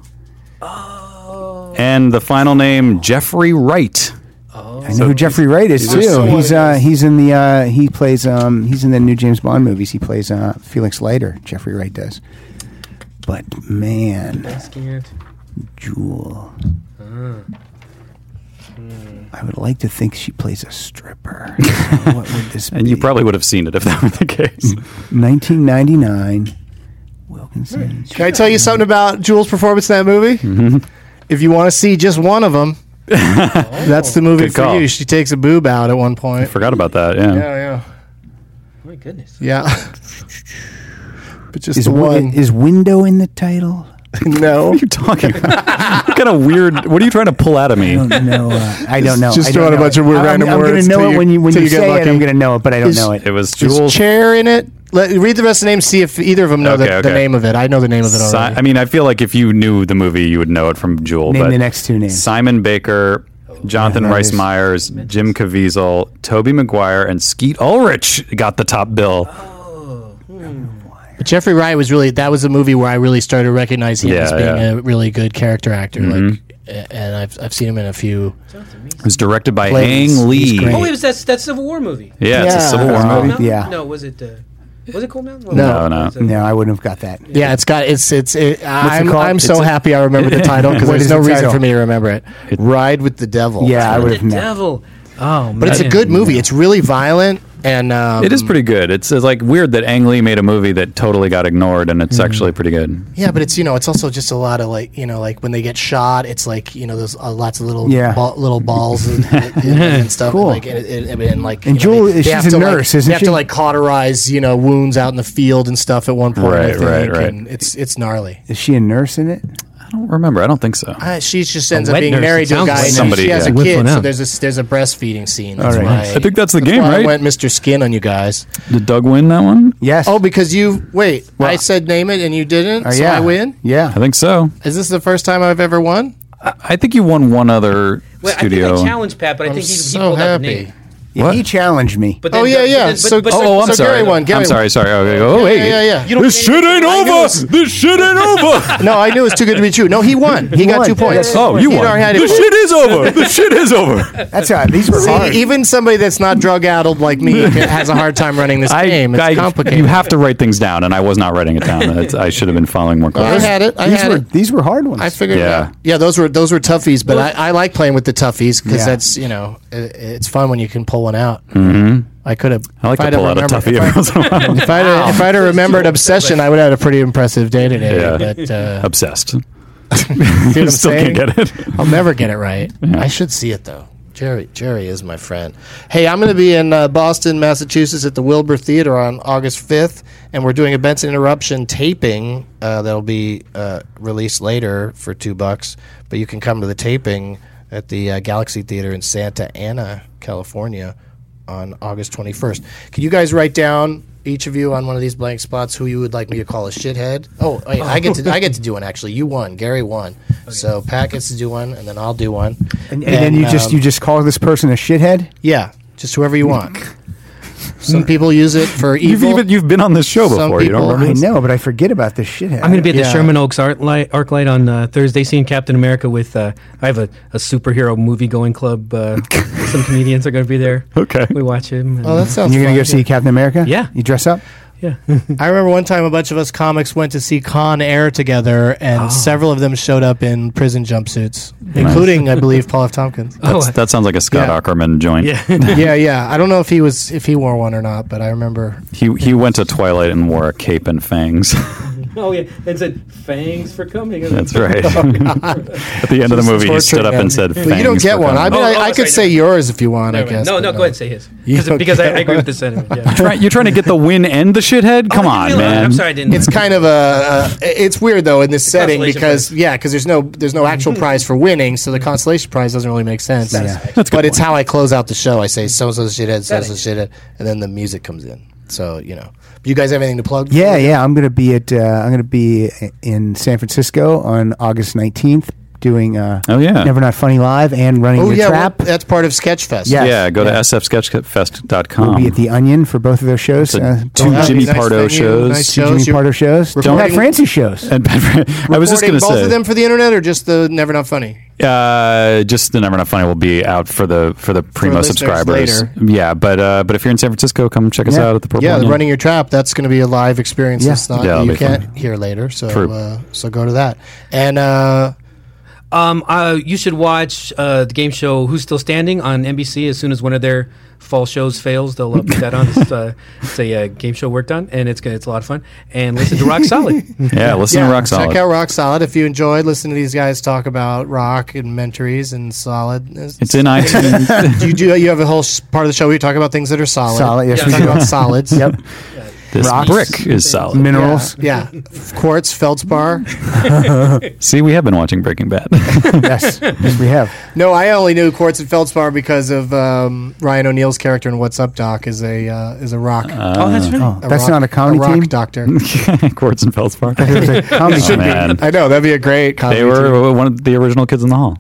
Oh. And the final name, Jeffrey Wright.
I know who Jeffrey Wright is too. He's uh, he's in the uh, he plays um, he's in the new James Bond movies. He plays uh, Felix Leiter. Jeffrey Wright does. But man, Jewel.
Hmm.
I would like to think she plays a stripper. what would this be?
And you probably would have seen it if that were the case.
1999. Wilkinson.
Can I tell you something about Jules' performance in that movie?
Mm-hmm.
If you want to see just one of them, that's the movie
Good
for
call.
you. She takes a boob out at one point.
Forgot about that, yeah.
Yeah,
My goodness.
yeah, yeah. but just
Is
the
one
one.
is window in the title?
no,
What are you talking about? what kind of weird, what are you trying to pull out of
I
me?
don't know. Uh, I don't know.
Just
I
throwing
don't
a
know
bunch
it.
of weird
I'm-
random
I'm,
words
I'm gonna
till
know it
you-
when you when
till
you,
you get
say it.
lucky.
I'm gonna know it, but I don't
Is-
know it.
It was
is
Jewel.
chair in it. Let, read the rest of the name. See if either of them know
Okay,
the, the
okay.
name of it. I know the name of it
Si-
already.
I mean, I feel like if you knew the movie, you would know it from Jewel.
Name
but
the next two names.
Simon Baker, Jonathan
Yeah, that
Rice
is-
Myers, Jim Caviezel, Toby Maguire, and Skeet Ulrich got the top bill.
But Jeffrey Wright was really that was a movie where I really started to recognize him
Yeah,
as being
yeah. Mm-hmm.
a really good character actor. Like, a- and I've I've seen him in a few.
It was directed by
Plays.
Ang
He's
Lee.
great.
Oh, it was that, that Civil War movie.
Yeah, it's a
Yeah.
Civil War
Oh,
movie.
yeah.
No, was it? Uh,
Was it Cool Mountain?
No, no.
No, I wouldn't have got that.
Yeah, it's got it's it's. It, I'm
called?
I'm so
It's a-
happy I remember the title because
What
there's
is
no
the
reason
title?
for me to remember it. Ride with the Devil.
Yeah, I would
The
have known.
devil. Oh,
but it's a good movie. It's really violent and um,
It is pretty good. It's, it's like weird that Ang Lee made a movie that totally got ignored, and
Mm.
it's actually pretty good.
Yeah, but it's you know it's also just a lot of like you know like when they get shot, it's like you know there's uh, lots of little
Yeah.
ball, little balls and, and- and stuff.
Cool.
And like and, and, and like
And
you know,
Jewel-
they- they
she's
have
a
to, like-
nurse, isn't
they have
she?
to like cauterize you know wounds out in the field and stuff at one point. I
Right,
think,
right, right.
And it's it's gnarly.
Is she a nurse in it?
I don't remember. I don't think so.
Uh, she just ends
A
up
wet
being
nurse,
married to
it
a
sounds
guy.
like.
and
Somebody,
she has
yeah.
a
Whip one
kid, so
out.
there's a there's a breastfeeding scene. That's
All right.
why
I think that's the game,
why I
right?
went Mr. Skin on you guys.
Did Doug win that one?
Yes.
Oh, because you wait. I said name it and you didn't,
Oh,
so I win.
Yeah.
I think so.
Is this the first time I've ever won?
I think you won one other
I
studio.
think I challenged Pat, but I
I'm
think he,
so
he pulled out the
happy.
name.
Yeah, He challenged me.
But
Oh,
then-
yeah,
but
yeah.
then-
So-
but-
oh,
oh, I'm
so
sorry.
Gary won, Gary
I'm
won.
sorry. Sorry. Okay. Oh, wait.
yeah, yeah. You
don't
This
get
shit ain't
I knew
over.
it.
This shit ain't over.
No, I knew it was too good to be true. No, he won. He, got
won.
two points.
Oh, you
He'd
won.
already had it.
The shit is over. The shit is over.
That's how these were
See,
hard.
even somebody that's not drug addled like me has a hard time running this game. It's complicated.
You have to write things down, and I was not writing it down. That's- I should have been following more
I
closely.
had it. I
these
had
were
it.
these were hard ones.
I figured.
Yeah.
Yeah. yeah, those were those were toughies, but I, I like playing with the toughies because
Yeah.
that's you know it, it's fun when you can pull one out. Mm-hmm. I could have.
I like to pull out a toughie every once in a while.
If I'd, have- if I'd have remembered Obsession, I would have had a pretty impressive day today.
Yeah.
But uh,
Obsessed.
see what I'm
Still
saying?
can't get it.
I'll never get it right. I should see it though. Jerry, Jerry is my friend. Hey, I'm going to be in uh, Boston, Massachusetts, at the Wilbur Theater on August 5th, and we're doing a Benson Interruption taping uh, that'll be uh, released later for two bucks. But you can come to the taping at the uh, Galaxy Theater in Santa Ana, California, on August 21st. Can you guys write down each of you on one of these blank spots who you would like me to call a shithead? Oh, wait, I get to I get to do one actually. You won. Gary won. So Pat gets to do one, and then I'll do one.
and, and then you just
um,
you just call this person a shithead.
yeah, just whoever you want. Some people use it for
You've
evil.
even you've been on this show
Some
before. You don't
people-
remember?
I
this?
know, but I forget about this shithead.
I'm going to be at the
Yeah.
Sherman Oaks Art Light, Arc Light on uh, Thursday, seeing Captain America with. Uh, I have a, a superhero movie going club. Uh, some comedians are going to be there.
Okay.
We watch him. and-
oh, that sounds.
And you're gonna
fun.
go see Captain America?
Yeah.
You dress up?
yeah.
I remember one time a bunch of us comics went to see Con Air together, and
Oh.
several of them showed up in prison jumpsuits, including, I believe, Paul F. Tompkins.
Oh,
That's- that sounds like a Scott
Yeah.
Ackerman joint.
yeah, yeah. I don't know if he was if he wore one or not, but I remember
He he went to Twilight and wore a cape and fangs.
Oh yeah, and said thanks for coming.
That's right.
Oh,
At the end of the movie, he
torturing
stood up
him.
and said,
But you don't
"Thanks
get
for
one. I
coming."
mean,
Oh,
I, I
oh,
could say
sorry, no.
yours if you want. I guess.
no,
but uh,
no, go ahead and say his.
You
Because,
don't
because I,
get
I agree with the sentiment. Yeah.
Right, You're trying to get the win and the shithead? Come
Oh, I
on,
didn't realize-
man.
I'm sorry, I didn't.
It's kind of a. Uh, it's weird though in this setting
consolation
because yeah, because there's no there's no actual prize for winning, so the consolation prize doesn't really make sense. But it's how I close out the show. I
Mm-hmm.
say so so shithead, so so shithead, and then the music comes in. So you know, you guys have anything to plug?
Yeah, yeah. I'm gonna be at uh, I'm gonna be in San Francisco on August 19th doing uh,
Oh, yeah.
Never Not Funny live and running
Oh
the
yeah, well,
trap.
that's part of Sketchfest.
Yeah.
Yeah, go to
Yeah.
sfsketchfest.com.
We'll be at the Onion for both of those shows.
a
Uh,
two
both-
That'd
Jimmy
be nice
Pardo
venue,
shows.
nice
two Jimmy
You're
Pardo shows. Two Pat
recording-
Francis shows.
and I was just going
recording
to
both of
say,
them for the internet or just the Never Not Funny.
uh, just the Never Not Funny will be out for the for the Primo
listeners
subscribers.
later.
Yeah, but uh, but if you're in San Francisco, come check us
Yeah.
out at the Purple.
Yeah, the
Onion.
running your trap. That's going to be a live experience.
Yeah.
That's not
Yeah, that'll
you
be
can't
fun.
hear later. So
True.
uh, so go to that. And uh,
Um, uh, you should watch uh, the game show Who's Still Standing on NBC. As soon as one of their fall shows fails, they'll uh, put that on. It's, uh, it's a uh, game show worked on, and it's gonna, it's a lot of fun. And listen to Rock Solid.
Yeah, listen to Rock Solid.
Check out Rock Solid if you enjoyed listening to these guys talk about rock and mentories and solid.
it's in iTunes.
do you do you have a whole s- part of the show where you talk about things that are solid?
Solid, yes,
You
we
talk
do.
about solids.
Yep.
this
Rocks.
brick is solid.
Minerals.
Yeah, quartz, feldspar.
See, we have been watching Breaking Bad.
yes. Yes, we have.
No, I only knew quartz and feldspar because of um, Ryan O'Neill's character in What's Up, Doc? Is a uh, is a rock.
oh, that's right.
Oh, that's
rock-
not a comedy
rock
team.
doctor.
Uh, Quartz and Feldspar.
It was a comedy
Oh,
team.
man.
I know that'd be a great comedy.
They
team.
were one of the original kids in the hall.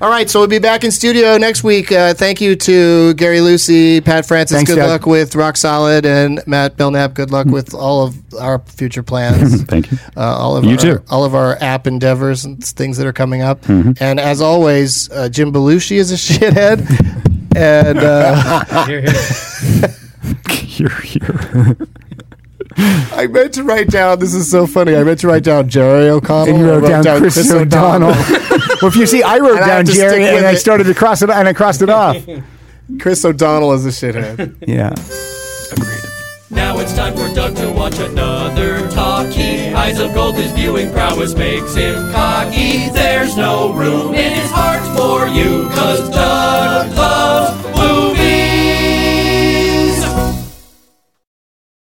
All right, so we'll be back in studio next week. Uh, thank you to Gary Lucy, Pat Francis.
Thanks,
good
Doug.
luck with Rock Solid and Matt Belknap. Good luck with all of our future plans.
Thank you.
Uh, all of
You
our,
too. Mm-hmm.
all of our app endeavors and s- things that are coming up. And as always, uh, Jim Belushi is a shithead. and uh,
Here, here.
You're here.
I meant to write down. This is so funny. I meant to write down Jerry O'Connell.
And you
I
wrote down, Chris,
Chris
O'Donnell. well, if you see, I wrote
And I
down
have to stick
Jerry,
with
and I
it.
started to cross it, and I crossed it off.
Chris O'Donnell is a shithead.
yeah.
Now it's time for Doug to watch another talkie. Eyes of gold, his viewing prowess makes him cocky. There's no room in his heart for you, cause Doug loves